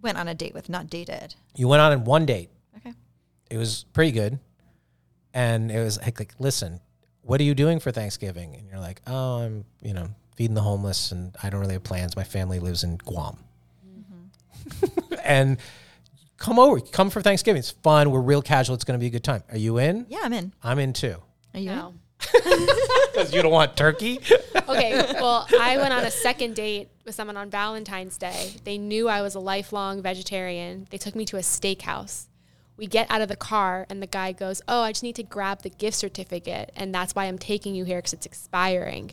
Went on a date with, not dated.
You went on in one date.
Okay.
It was pretty good, and it was like, like, "Listen, what are you doing for Thanksgiving?" And you're like, "Oh, I'm you know feeding the homeless, and I don't really have plans. My family lives in Guam."
Mm-hmm.
and come over, come for Thanksgiving. It's fun. We're real casual. It's going to be a good time. Are you in?
Yeah, I'm in.
I'm in too.
Are you?
no.
Because you don't want turkey.
Okay. Well, I went on a second date with someone on Valentine's Day. They knew I was a lifelong vegetarian. They took me to a steakhouse. We get out of the car, and the guy goes, Oh, I just need to grab the gift certificate. And that's why I'm taking you here because it's expiring.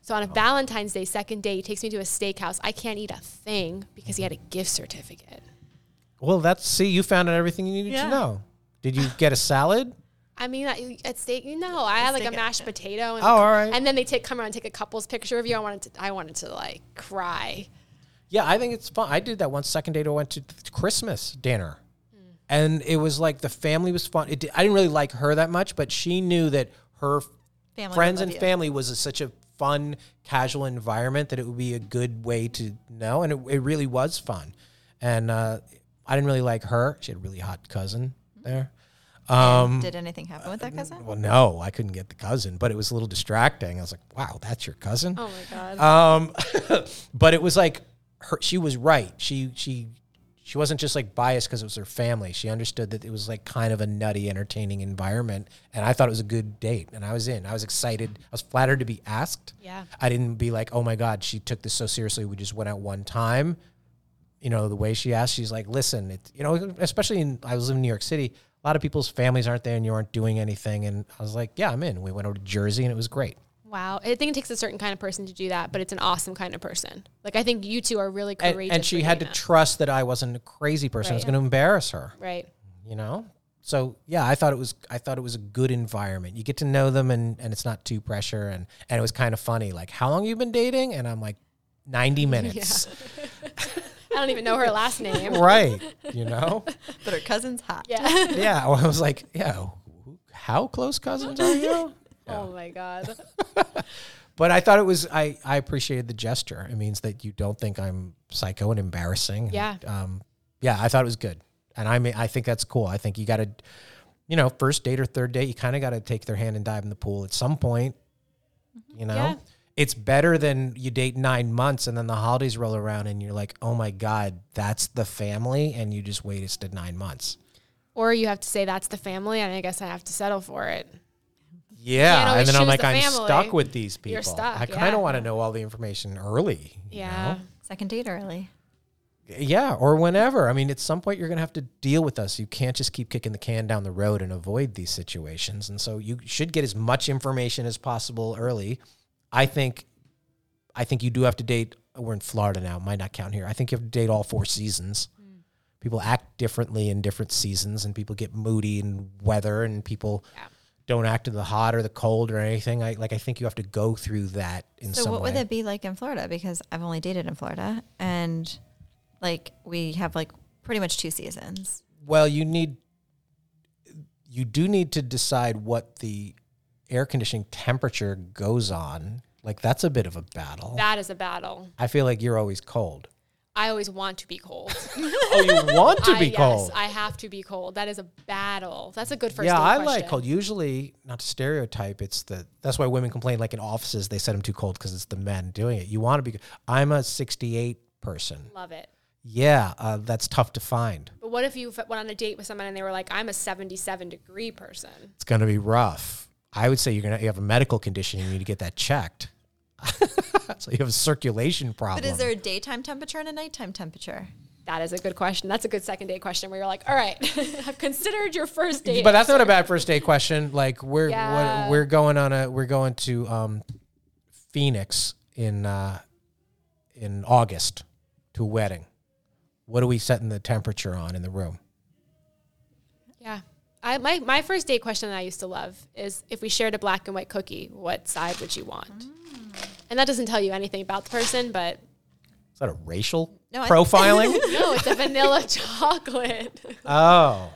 So on a Valentine's Day, second date, he takes me to a steakhouse. I can't eat a thing because he had a gift certificate.
well, that's see, you found out everything you needed
Yeah.
to know. Did you get a salad?
I mean, I- at steak, you know, I had like a
steak-
mashed potato. And
Oh, all right.
And then they take come around and take a couple's picture of you. I wanted to, I wanted to like cry.
Yeah, I think it's fun. I did that one second date. I went to th- Christmas dinner, and it was like the family was fun. It, di- I didn't really like her that much, but she knew that her f-
Family would
friends
love
and
you.
family was a, such a fun, casual environment that it would be a good way to know, and it, it really was fun. And uh, I didn't really like her. She had a really hot cousin there. Um, Mm.
Did anything happen with that cousin?
Well, no, I couldn't get the cousin, but it was a little distracting. I was like, wow, that's your cousin.
Oh my god.
Um, but it was like her, she was right. She she she wasn't just like biased because it was her family. She understood that it was like kind of a nutty, entertaining environment, and I thought it was a good date, and I was in. I was excited. I was flattered to be asked.
Yeah.
I didn't be like, oh my god, she took this so seriously. We just went out one time. You know the way she asked, she's like, "Listen, it, you know, especially in I was in New York City. A lot of people's families aren't there, and you aren't doing anything." And I was like, "Yeah, I'm in." We went over to Jersey, and it was great.
Wow. I think it takes a certain kind of person to do that, but it's an awesome kind of person. Like I think you two are really
and,
courageous.
and she
for
had to
doing that.
trust that I wasn't a crazy person. I was
Right.
going to embarrass her,
right.
you know. So yeah, I thought it was I thought it was a good environment. You get to know them, and and it's not too pressure, and and it was kind of funny. Like, how long you been dating? And I'm like, ninety minutes,
I don't even know her last name.
right? You know,
But her cousin's hot.
Yeah.
yeah. I was like, yeah, who- how close cousins are you?
Oh my god.
But I thought it was I I appreciated the gesture. It means that you don't think I'm psycho and embarrassing.
Yeah.
Um yeah, I thought it was good. And I mean I think that's cool. I think you got to you know, first date or third date, you kind of got to take their hand and dive in the pool at some point, you know.
Mm-hmm. Yeah.
It's better than you date 9 months and then the holidays roll around and you're like, "Oh my god, that's the family." And you just wasted 9 months.
Or you have to say that's the family, and I guess I have to settle for it. Can't
Yeah, and
always
then I'm
choose
like,
the
I'm
family.
stuck with these people.
You're stuck,
I kind of
yeah.
want to know all the information early. you
Yeah.
know?
Second date early.
Yeah, or whenever. I mean, at some point you're going to have to deal with us. You can't just keep kicking the can down the road and avoid these situations. And so you should get as much information as possible early. I think I think you do have to date we're in Florida now, might not count here. I think you have to date all four seasons.
Mm.
People act differently in different seasons and people get moody and weather and people
Yeah.
don't act in the hot or the cold or anything. I like I think you have to go through that in
So
some
what
way.
would it be like in Florida? Because I've only dated in Florida, and like we have like pretty much two seasons.
Well, you need you do need to decide what the air conditioning temperature goes on. Like that's a bit of a battle.
That is a battle.
I feel like you're always cold.
I always want to be cold.
Oh, you want to
I,
be
yes,
cold.
I have to be cold. That is a battle. That's a good first.
yeah,
date
I
question.
like cold. Usually, not to stereotype, it's the that's why women complain. Like in offices, they said I'm too cold because it's the men doing it. You want to be. I'm a 68 person.
Love it.
Yeah, uh, that's tough to find.
But what if you f- went on a date with someone and they were like, "I'm a 77 degree person."
It's gonna be rough. I would say you're gonna you have a medical condition. You need to get that checked. so you have a circulation problem.
But is there a daytime temperature and a nighttime temperature?
That is a good question. That's a good second date question where you're like, all right, I've considered your first date.
but that's not a bad first date question. Like we're
Yeah.
what, we're going on a we're going to um, Phoenix in uh, in August to a wedding. What are we setting the temperature on in the room?
Yeah. I, my, my first date question that I used to love is if we shared a black and white cookie, what side would you want?
Mm.
And that doesn't tell you anything about the person, but
Is that a racial
No, I-
profiling?
no, it's a vanilla chocolate.
oh.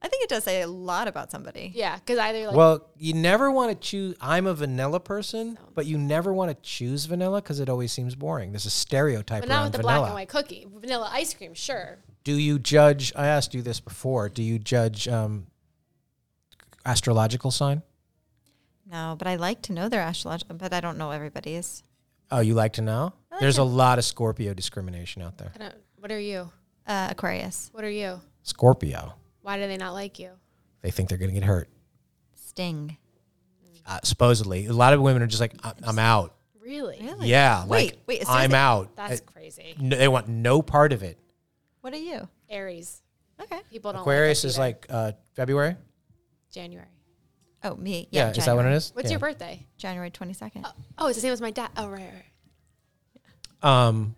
I think it does say a lot about somebody.
Yeah, because either like
Well, you never want to choose. I'm a vanilla person, but you never want to choose vanilla because it always seems boring. There's a stereotype
But
around
not with the
vanilla.
black and white cookie. Vanilla ice cream, sure.
Do you judge? I asked you this before. Do you judge um, astrological sign?
No, but I like to know their astrological, but I don't know everybody's.
Oh, you like to know? There's a lot of Scorpio discrimination out there.
I don't, what are you?
Uh, Aquarius,
What are you?
Scorpio,
Why do they not like you?
they think they're going to get hurt.
Sting.
Uh, supposedly, a lot of women are just like, I- I'm out.
Really?
Really?
Yeah,
Wait,
like
wait, as soon as
I'm
they-
out.
That's
Uh,
crazy.
no- they want no part of it.
What are you?
Aries.
Okay.
People don't
Aquarius
like us
is
either.
like uh, February.
January.
Oh, me.
Yeah,
Yeah.
is that what it is?
What's
Yeah.
your birthday?
January 22nd.
Oh, it's the same as my dad. Oh, right, right.
Um,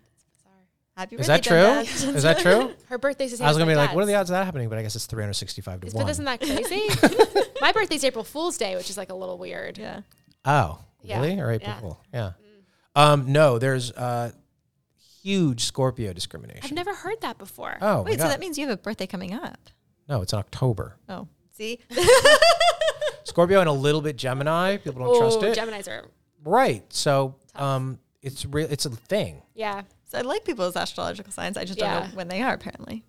Happy
is
birthday,
that true?
Dundas.
Is that true?
Her birthday's the same.
I was
as
gonna
my
be like,
dad's.
what are the odds of that happening? But I guess it's 365 to
It's-
one.
But isn't that crazy? my birthday's April Fool's Day, which is like a little weird.
Yeah.
oh,
Yeah.
really? Or April
Yeah.
Fool? Yeah.
Mm.
Um, no, there's uh, huge Scorpio discrimination.
I've never heard that before.
oh, my
Wait, so
God.
that means you have a birthday coming up.
no, it's in October.
Oh, see?
Scorpio and a little bit Gemini. People don't
oh,
trust it.
Gemini's are.
right. So, um, it's real. It's a thing.
Yeah.
so I like people's astrological signs. I just
Yeah.
don't know when they are, apparently.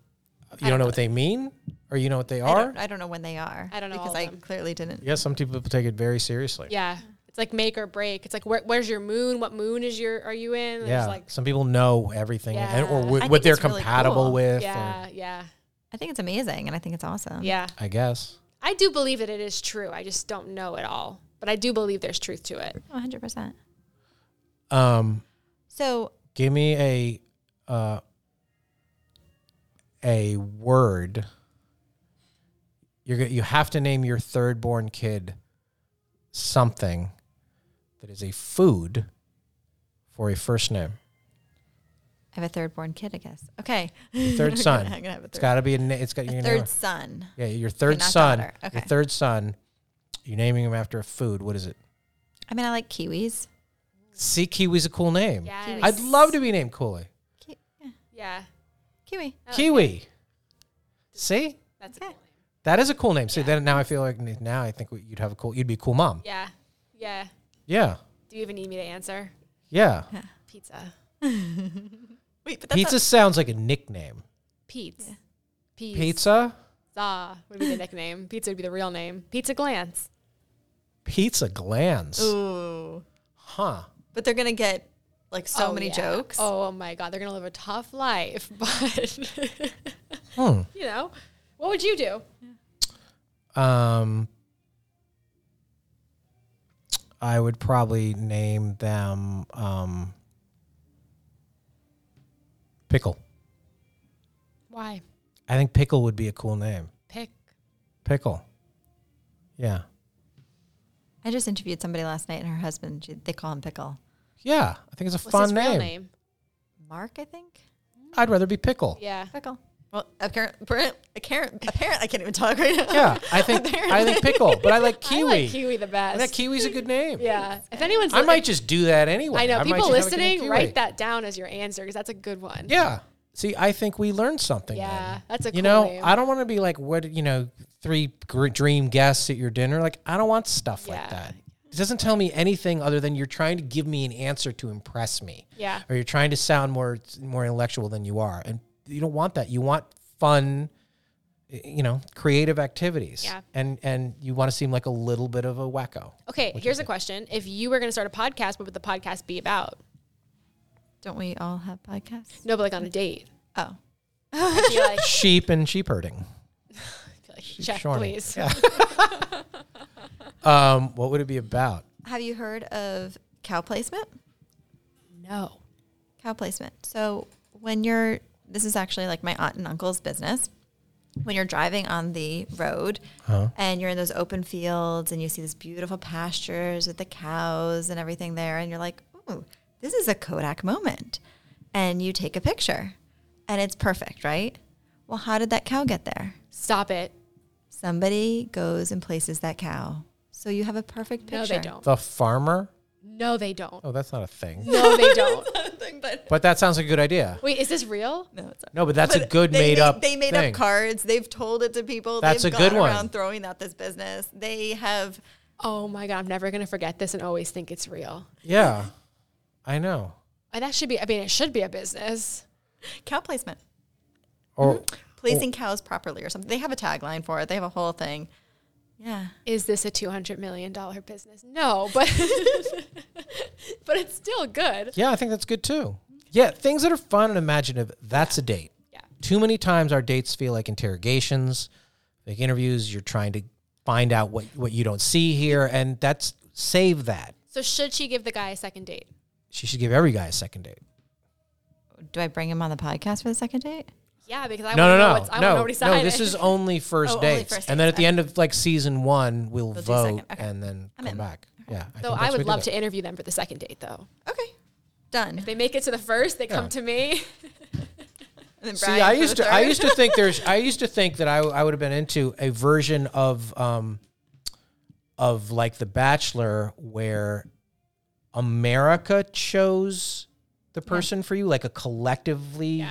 You don't know what they mean, or you know what they
I
are.
don't, I don't know when they are.
I don't know all
Because
of
I
them.
clearly didn't.
Yeah, some people take it very seriously.
Yeah. It's like make or break. It's like where, where's your moon? What moon is your are you in? There's
Yeah,
like
some people know everything and, or wh-
Yeah.
what
I think
they're
it's really
compatible
cool.
with. or-
yeah, yeah,
I think it's amazing and I think it's awesome.
yeah.
I guess.
I do believe that it is true. I just don't know it all, but I do believe there's truth to it.
Oh, 100%.
Um,
So,
give me a uh, a word. You're go- you have to name your third born kid something that is a food for a first name.
I have a third born kid, I guess. Okay.
Your third
I'm
son.
going to have a
It's
third,
got to be a. Na- it's got
a
your
third son.
Yeah, your third
not
son.
daughter.
Your
Okay.
third son. You're naming him after a food. What is it?
I mean, I like kiwis.
See, Kiwi's a cool name.
Yeah,
I'd love to be named Cooley.
Ki- yeah,
yeah.
kiwi.
I like
Kiwi. See,
That's a
Okay.
cool name.
that is a cool name. See, then now I feel like now I think we- you'd have a cool. You'd be a cool mom.
Yeah, yeah.
Yeah,
Do you even need me to answer?
yeah.
Pizza.
Wait, but
Pizza sounds like a nickname.
Pete's. Pizza.
Pizza,
would be the nickname. Pizza would be the real name. Pizza glance.
pizza glands,
Ooh.
huh?
But they're going to get like so
Oh,
many
yeah.
jokes.
Oh, oh my God, they're gonna live a tough life. But
Hmm.
you know, what would you do?
Um, I would probably name them um, pickle.
Why
I think pickle would be a cool name.
pick?
Pickle. Yeah.
I just interviewed somebody last night and her husband, she, they call him Pickle.
Yeah, I think it's a
What's
fun
his
name.
real name?
Mark, I think.
I'd rather be pickle. Yeah,
Yeah.
Pickle. Well, apparent, apparent, apparent, apparent, I can't even talk right now.
I think I think pickle, but I like kiwi.
I like kiwi the best.
I think kiwi's a good name.
Yeah. If anyone's,
I
li-
might just do that anyway.
I know
might just
people
have a kid
listening.
kiwi.
Write that down as your answer because that's a good one.
Yeah. See, I think we learned something. then.
Yeah, that's a
You
cool
know,
name.
I don't want to be like what you know, three gr- dream guests at your dinner. Like I don't want stuff like
Yeah.
that. It doesn't tell me anything other than you're trying to give me an answer to impress me.
Yeah.
or you're trying to sound more more intellectual than you are and you don't want that you want fun y- you know creative activities
Yeah.
and and you want to seem like a little bit of a wacko
Okay. here's a question: If you were going to start a podcast, what would the podcast be about?
Don't we all have podcasts?
No, but like on a date.
Oh.
I'd be like,
sheep and sheep herding
I'd be like, check,
shorny.
please.
um what would it be about
Have you heard of cow placement?
No.
Cow placement. So when you're, this is actually like my aunt and uncle's business. When you're driving on the road and you're in those open fields and you see these beautiful pastures with the cows and everything there, and you're like, ooh, this is a Kodak moment. And you take a picture. and it's perfect, right? Well, how did that cow get there?
Stop it.
Somebody goes and places that cow. So you have a perfect picture.
No, they don't.
The farmer?
No, they don't.
Oh, that's not a thing.
No, they don't.
but
But that sounds like a good idea.
Wait, is this real?
no, it's
No, but that's a good
they
made
made-
up.
They made
thing.
up cards. They've told it to people.
That's
They've
a
gone
good one.
around throwing out this business. They have
Oh my god, I'm never gonna forget this and always think it's real.
Yeah, I know.
And that should be. I mean, it should be a business.
cow placement,
Or
placing
Oh.
cows properly or something. They have a tagline for it. They have a whole thing. Yeah.
Is this a two hundred million dollar business? No, but but it's still good.
yeah, I think that's good too. Yeah, things that are fun and imaginative. That's a date.
Yeah.
Too many times our dates feel like interrogations, like interviews. You're trying to find out what what you don't see here, and that's save that.
So should she give the guy a second date?
She should give every guy a second date.
Do I bring him on the podcast for the second date?
Yeah, because I
no,
wanna
no,
know
no,
what's, I
no,
want to
no. This is only first
Oh, only
dates,
first
and
dates,
then at the end of like season one, we'll,
do second,
vote
okay.
and then
I'm
come
in.
back. Yeah. I
So
think
I
that's
would
what we
love
do.
to interview them for the second date, though.
Okay. Done.
They make it to the first. They come
Yeah.
to me.
And then
See,
Brian
I
for
used
the
to, I
third.
used to think there's, I used to think that I, I would have been into a version of, um, of like The Bachelor, where America chose the person for you, like a collectively,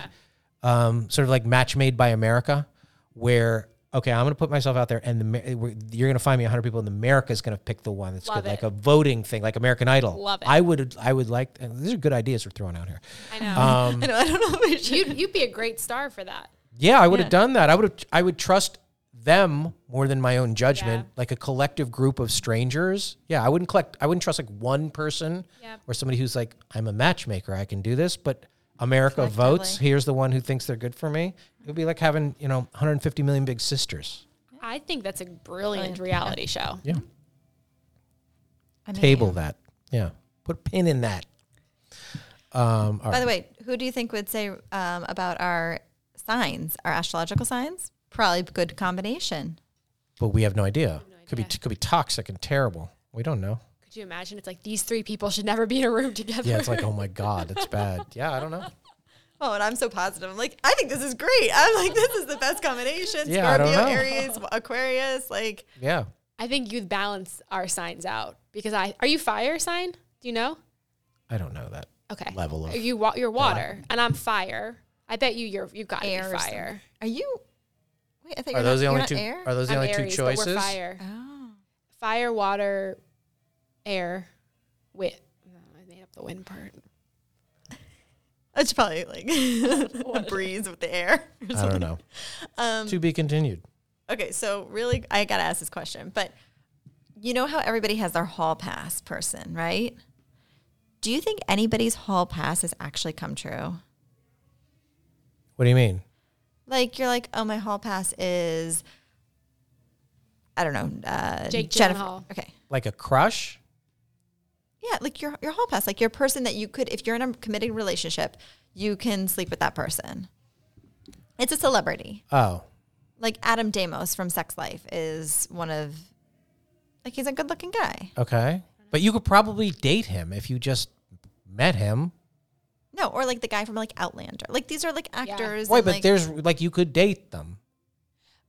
um, sort of like match made by America, where okay, I'm going to put myself out there, and the Mer- we're- you're going to find me 100 people, and America is going to pick the one that's
Love
good, like
it.
a voting thing, like American Idol.
Love it.
I would, I would like. and These are good ideas we're throwing out here.
I know.
Um,
I, know, I don't know if I should.
you'd, you'd be a great star for that.
Yeah, I would have done that. I would have. I would trust them more than my own judgment.
Yeah.
Like a collective group of strangers. Yeah, I wouldn't collect. I wouldn't trust like one person
Yep.
or somebody who's like, I'm a matchmaker. I can do this, but. America votes.
Collectively.
Here's the one who thinks they're good for me. It would be like having, you know, 150 million big sisters.
I think that's a brilliant reality show.
Yeah.
I mean,
Table that. Yeah. Put a pin in that. Um, all
By
right.
the way, who do you think would say um, about our signs, our astrological signs? Probably a good combination.
But we have no idea. Could be could be toxic and terrible. We don't know.
Could you imagine? It's like these three people should never be in a room together.
Yeah, it's like, oh my God, it's bad. Yeah, I don't know.
Oh, and I'm so positive. I'm like, I think this is great. I'm like, this is the best combination.
Yeah, I don't
Scorpio,
know.
Aries, Aquarius. Like,
Yeah.
I think you'd balance our signs out because I are you fire sign? Do you know?
I don't know that.
Okay.
Level of-
you wa- you're water and I'm fire. I bet you you're you got
Air
air
or
fire.
are you? Wait, I think
Are
you're
those
not-
the only
you're
two?
not Air?
Are those the
I'm
only
Aries,
two
but
choices?
We're fire.
oh,
Fire, water, air, wit. No, I made up the wind part.
that's probably like a breeze with the air.
I Um, don't know. to be continued.
Okay, so really, I gotta ask this question, but you know how everybody has their hall pass person, right? Do you think anybody's hall pass has actually come true?
What do you mean?
Like you're like, oh, my hall pass is, I don't know, uh,
Jake Gyllenhaal.
Okay,
Like a crush?
yeah, like your your hall pass, like your person that you could, if you're in a committed relationship, you can sleep with that person. It's a celebrity.
Oh,
Like Adam Damos from Sex Life is one of, like he's a good looking guy.
okay. But you could probably date him if you just met him.
No, or like the guy from like Outlander. Like these are like actors.
Wait,
and,
but
like,
there's like you could date them.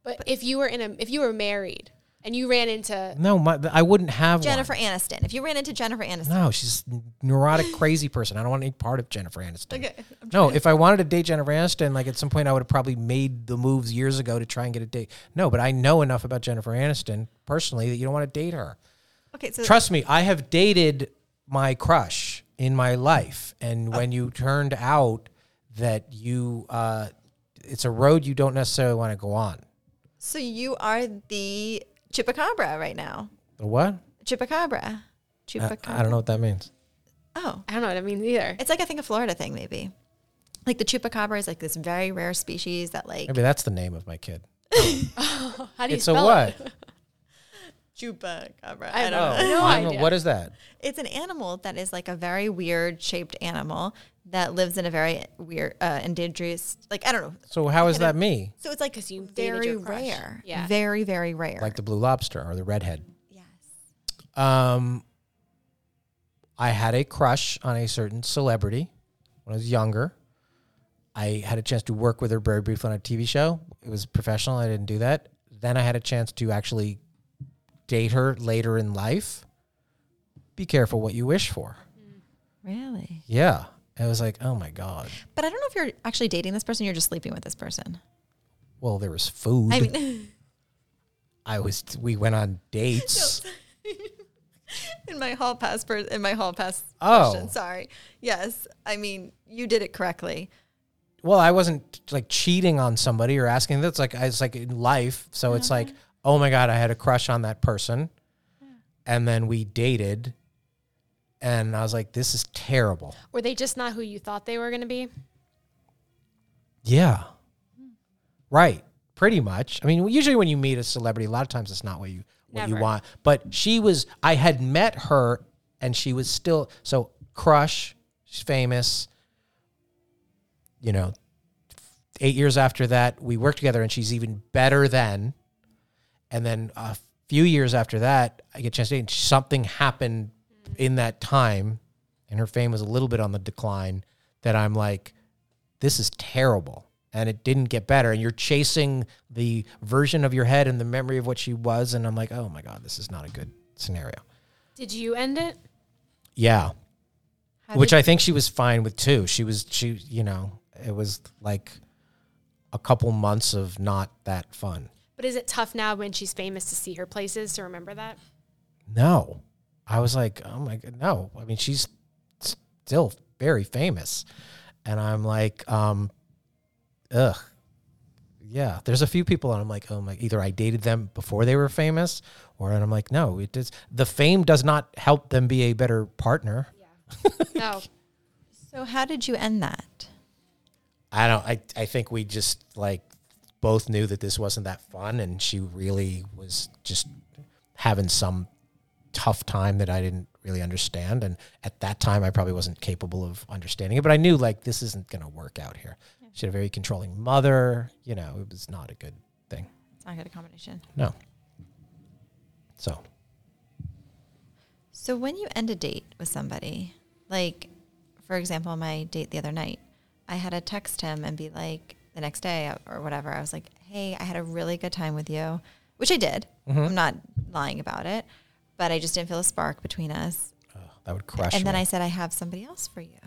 But, if you were in a if you were married and you ran into
No, my, I wouldn't have
Jennifer
One.
Aniston. If you ran into Jennifer Aniston,
No, she's a neurotic, crazy person. I don't want any part of Jennifer Aniston.
Okay.
No, if I wanted to date Jennifer Aniston, like at some point I would have probably made the moves years ago to try and get a date. No, but I know enough about Jennifer Aniston personally that you don't want to date her.
okay, so
Trust me, I have dated my crush in my life,
Uh.
and when you turned out that you, uh, it's a road you don't necessarily want to go on.
so you are the Chupacabra right now.
The what?
Chupacabra.
I,
Chupacabra.
I don't know what that means.
Oh,
I don't know what I mean either.
it's like I think a Florida thing maybe. Like the chupacabra is like this very rare species that like
Maybe that's the name of my kid.
How do you
It's a
spell
what?
it?
chupacabra.
I
I
don't
don't know.
know.
I don't know.
idea.
What is that?
It's an animal that is like a very weird shaped animal that lives in a very weird uh, endangered like I don't know.
So how is that me?
So it's like
you dated
very
your crush.
rare.
Yeah.
Very very rare.
Like the blue lobster or the redhead?
yes.
Um, I had a crush on a certain celebrity when I was younger. I had a chance to work with her very briefly on a TV show. It was professional. I didn't do that. Then I had a chance to actually date her later in life. Be careful what you wish for.
Really?
Yeah. I was like, oh my God.
But I don't know if you're actually dating this person, you're just sleeping with this person.
Well, there was food.
I
I,
mean,
was, we went on dates.
in my hall pass, per, in my hall pass
Oh.
question, sorry. Yes. I mean, you did it correctly.
well, I wasn't like cheating on somebody or asking. That's like, I was like in life. So it's like, oh my God, I had a crush on that person. And then we dated. And I was like, this is terrible.
Were they just not who you thought they were going to be?
Yeah. Right. Pretty much. I mean, usually when you meet a celebrity, a lot of times it's not what you what you
Never.
want. But she was. I had met her, and she was still so crush. She's famous. You know, eight years after that, we worked together, and she's even better then. And then a few years after that, I get a chance to date. and Something happened in that time, and her fame was a little bit on the decline. That I'm like, this is terrible and it didn't get better and you're chasing the version of your head and the memory of what she was and i'm like oh my god this is not a good scenario
Did you end it?
yeah
How
which
did-
i think she was fine with too she was she you know it was like a couple months of not that fun
But is it tough now when she's famous to see her places to remember that?
no i was like oh my god no i mean she's still very famous and i'm like um ugh yeah there's a few people and i'm like oh my either i dated them before they were famous or and i'm like no it does the fame does not help them be a better partner
No.
So how did you end that?
i don't i, I think we just like both knew that this wasn't that fun and she really was just having some tough time that i didn't really understand and at that time i probably wasn't capable of understanding it but i knew like this isn't going to work out here she had a very controlling mother you know it was not a good thing
It's not a good combination.
No. So
So when you end a date with somebody, like for example, my date the other night, I had to text him and be like the next day or whatever. I was like, "Hey, I had a really good time with you," which I did.
Mm-hmm.
I'm not lying about it, but I just didn't feel a spark between us.
that would crush
and then I
me.
said, "I have somebody else for you,"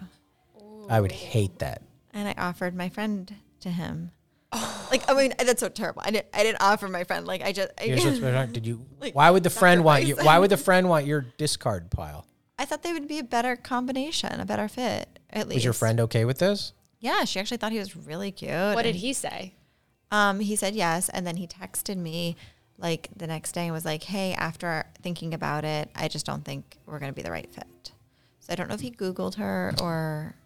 I, would hate that.
and I offered my friend to him.
Oh.
Like I mean, that's so terrible. I didn't. I didn't offer my friend. Like I just. I,
Here's what's going on. Did you?
Like,
why would the friend want you?
sacrifice.
Why would the friend want your discard pile?
I thought they would be a better combination, a better fit. At least
Was your friend okay with this?
Yeah, she actually thought he was really cute.
What did
and-
he say?
Um, he said yes, and then he texted me like the next day and was like, "Hey, after thinking about it, I just don't think we're gonna be the right fit." So I don't know if he Googled her or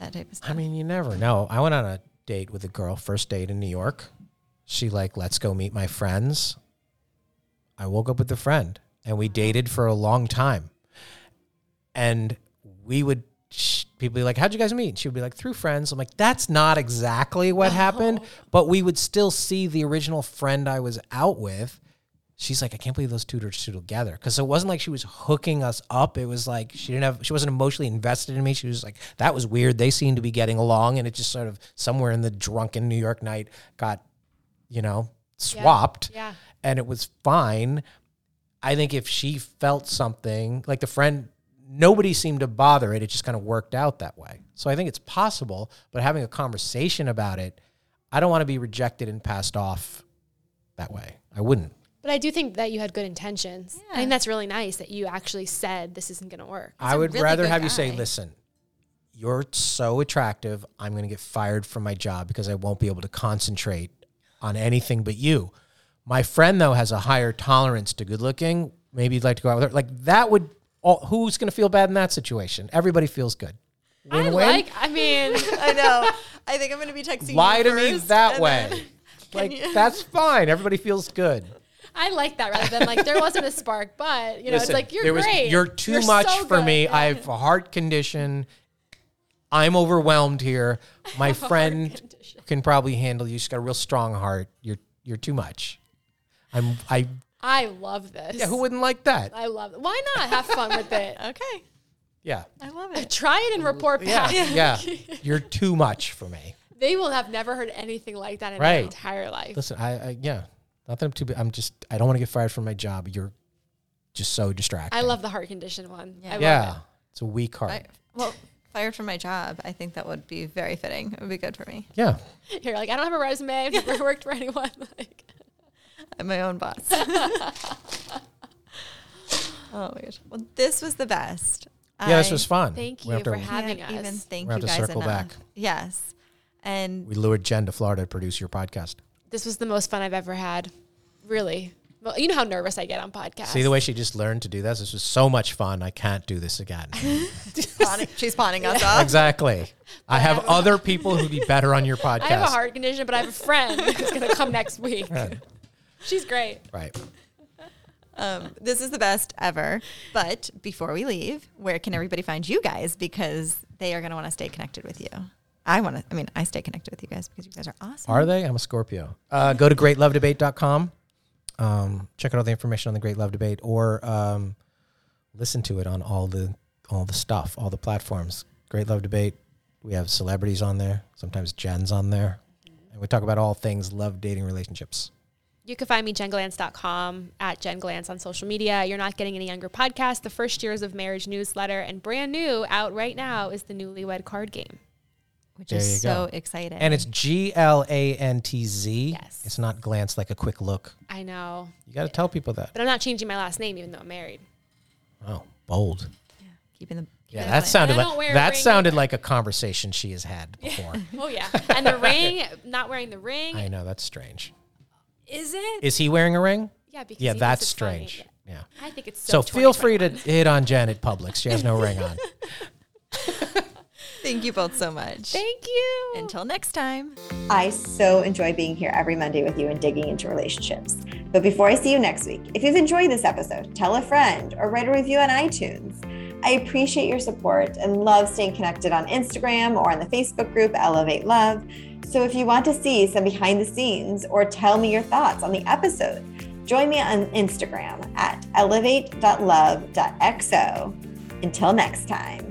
that type of stuff.
I mean, you never know. I went on a date with a girl, first date in New York. She like, let's go meet my friends. I woke up with a friend, and we dated for a long time. And we would sh- people be like, "How'd you guys meet?" And she would be like, "Through friends." I'm like, "That's not exactly what happened," but we would still see the original friend I was out with. She's like, "I can't believe those two are still together," because it wasn't like she was hooking us up. It was like she didn't have, she wasn't emotionally invested in me. She was like, "That was weird." They seemed to be getting along, and it just sort of somewhere in the drunken New York night got, you know, swapped
Yeah.
and it was fine. I think if she felt something, like the friend, nobody seemed to bother it. It just kind of worked out that way. So I think it's possible, but having a conversation about it, I don't want to be rejected and passed off that way. I wouldn't.
But I do think that you had good intentions. I
Yeah.
think that's really nice that you actually said this isn't going to work.
I
a
would
really
rather
good
have you say,
guy.
listen, you're so attractive. I'm going to get fired from my job because I won't be able to concentrate on anything but you. My friend, though, has a higher tolerance to good looking. Maybe you'd like to go out with her. Like that would, all, who's going to feel bad in that situation? Everybody feels good.
I
Win-win?
like. I mean,
I know. I think I'm gonna be texting.
Lie
you
to me
first,
that
and
way.
then-
like
you-
that's fine. Everybody feels good.
I like that rather than like there wasn't a spark, but you know,
Listen,
it's like you're
there was-
great.
you're too
You're
much
so
for
good."
me.
Yeah.
I have a heart condition. I'm overwhelmed here. My friend can probably handle you. She's got a real strong heart. You're you're too much. I'm I
I love this.
yeah, who wouldn't like that?
I love. It. Why not have fun with it?
Okay,
Yeah.
I love it.
Try it and report
Yeah.
back.
Yeah. You're too much for me.
They will have never heard anything like that in
Right.
their entire life.
Listen, I, I yeah, not that I'm too. bu- I'm just I don't want to get fired from my job. You're just so distracting.
I love the heart condition one. I love
Yeah,
it.
it's a weak heart.
I, well, fired from my job. I think that would be very fitting. It would be good for me.
yeah,
You're like, I don't have a resume. I've never worked for anyone. Like,
I'm my own boss. oh my gosh. Well, this was the best.
yeah. This
I
was fun.
thank
We
you
have to-
for having
can't Even
us.
thank
We'll
you
have to
guys
circle
enough.
back.
Yes. And
we lured Jen to Florida to produce your podcast.
This was the most fun I've ever had. Really. Well, you know how nervous I get on podcasts.
See the way she just learned to do this. This was so much fun. I can't do this again.
pawning, she's pawning us off.
exactly. I have other people who'd be better on your podcast.
I have a heart condition, but I have a friend who's going to come next week. She's great.
Right.
Um, this is the best ever. But before we leave, where can everybody find you guys? Because they are going to want to stay connected with you. I want to, I mean, I stay connected with you guys because you guys are awesome.
Are they? I'm a Scorpio. Uh, go to greatlovedebate.com. Um, check out all the information on the Great Love Debate, or um, listen to it on all the all the stuff, all the platforms. Great Love Debate. We have celebrities on there. Sometimes Jen's on there, and we talk about all things love, dating, relationships.
You can find me jenglance.com at jenglance on social media. You're not getting any younger podcast. The first years of marriage newsletter and brand new out right now is the newlywed card game.
which
There you
is so
go.
exciting.
And it's G L A N T Z.
Yes.
It's not glance like a quick look.
I know,
You got to tell people that.
but I'm not changing my last name even though I'm married.
Oh, bold.
keeping the
Yeah,
keeping
that
the-
sounded
And I don't
like
wear a
that
ring
sounded like a conversation she has had before.
Oh yeah, and the ring, not wearing the ring,
I know that's strange.
is it?
Is he wearing a ring?
yeah, because
Yeah,
he thinks
that's
it's funny.
strange. Yeah.
I think it's
So,
so.
feel free to hit on Janet Publix. She has no ring on.
Thank you both so much.
Thank you.
Until next time.
I so enjoy being here every Monday with you and digging into relationships. But before I see you next week, if you've enjoyed this episode, tell a friend or write a review on iTunes. I appreciate your support and love staying connected on Instagram or on the Facebook group Elevate Love. So if you want to see some behind the scenes or tell me your thoughts on the episode, join me on Instagram at elevate.love.xo. Until next time.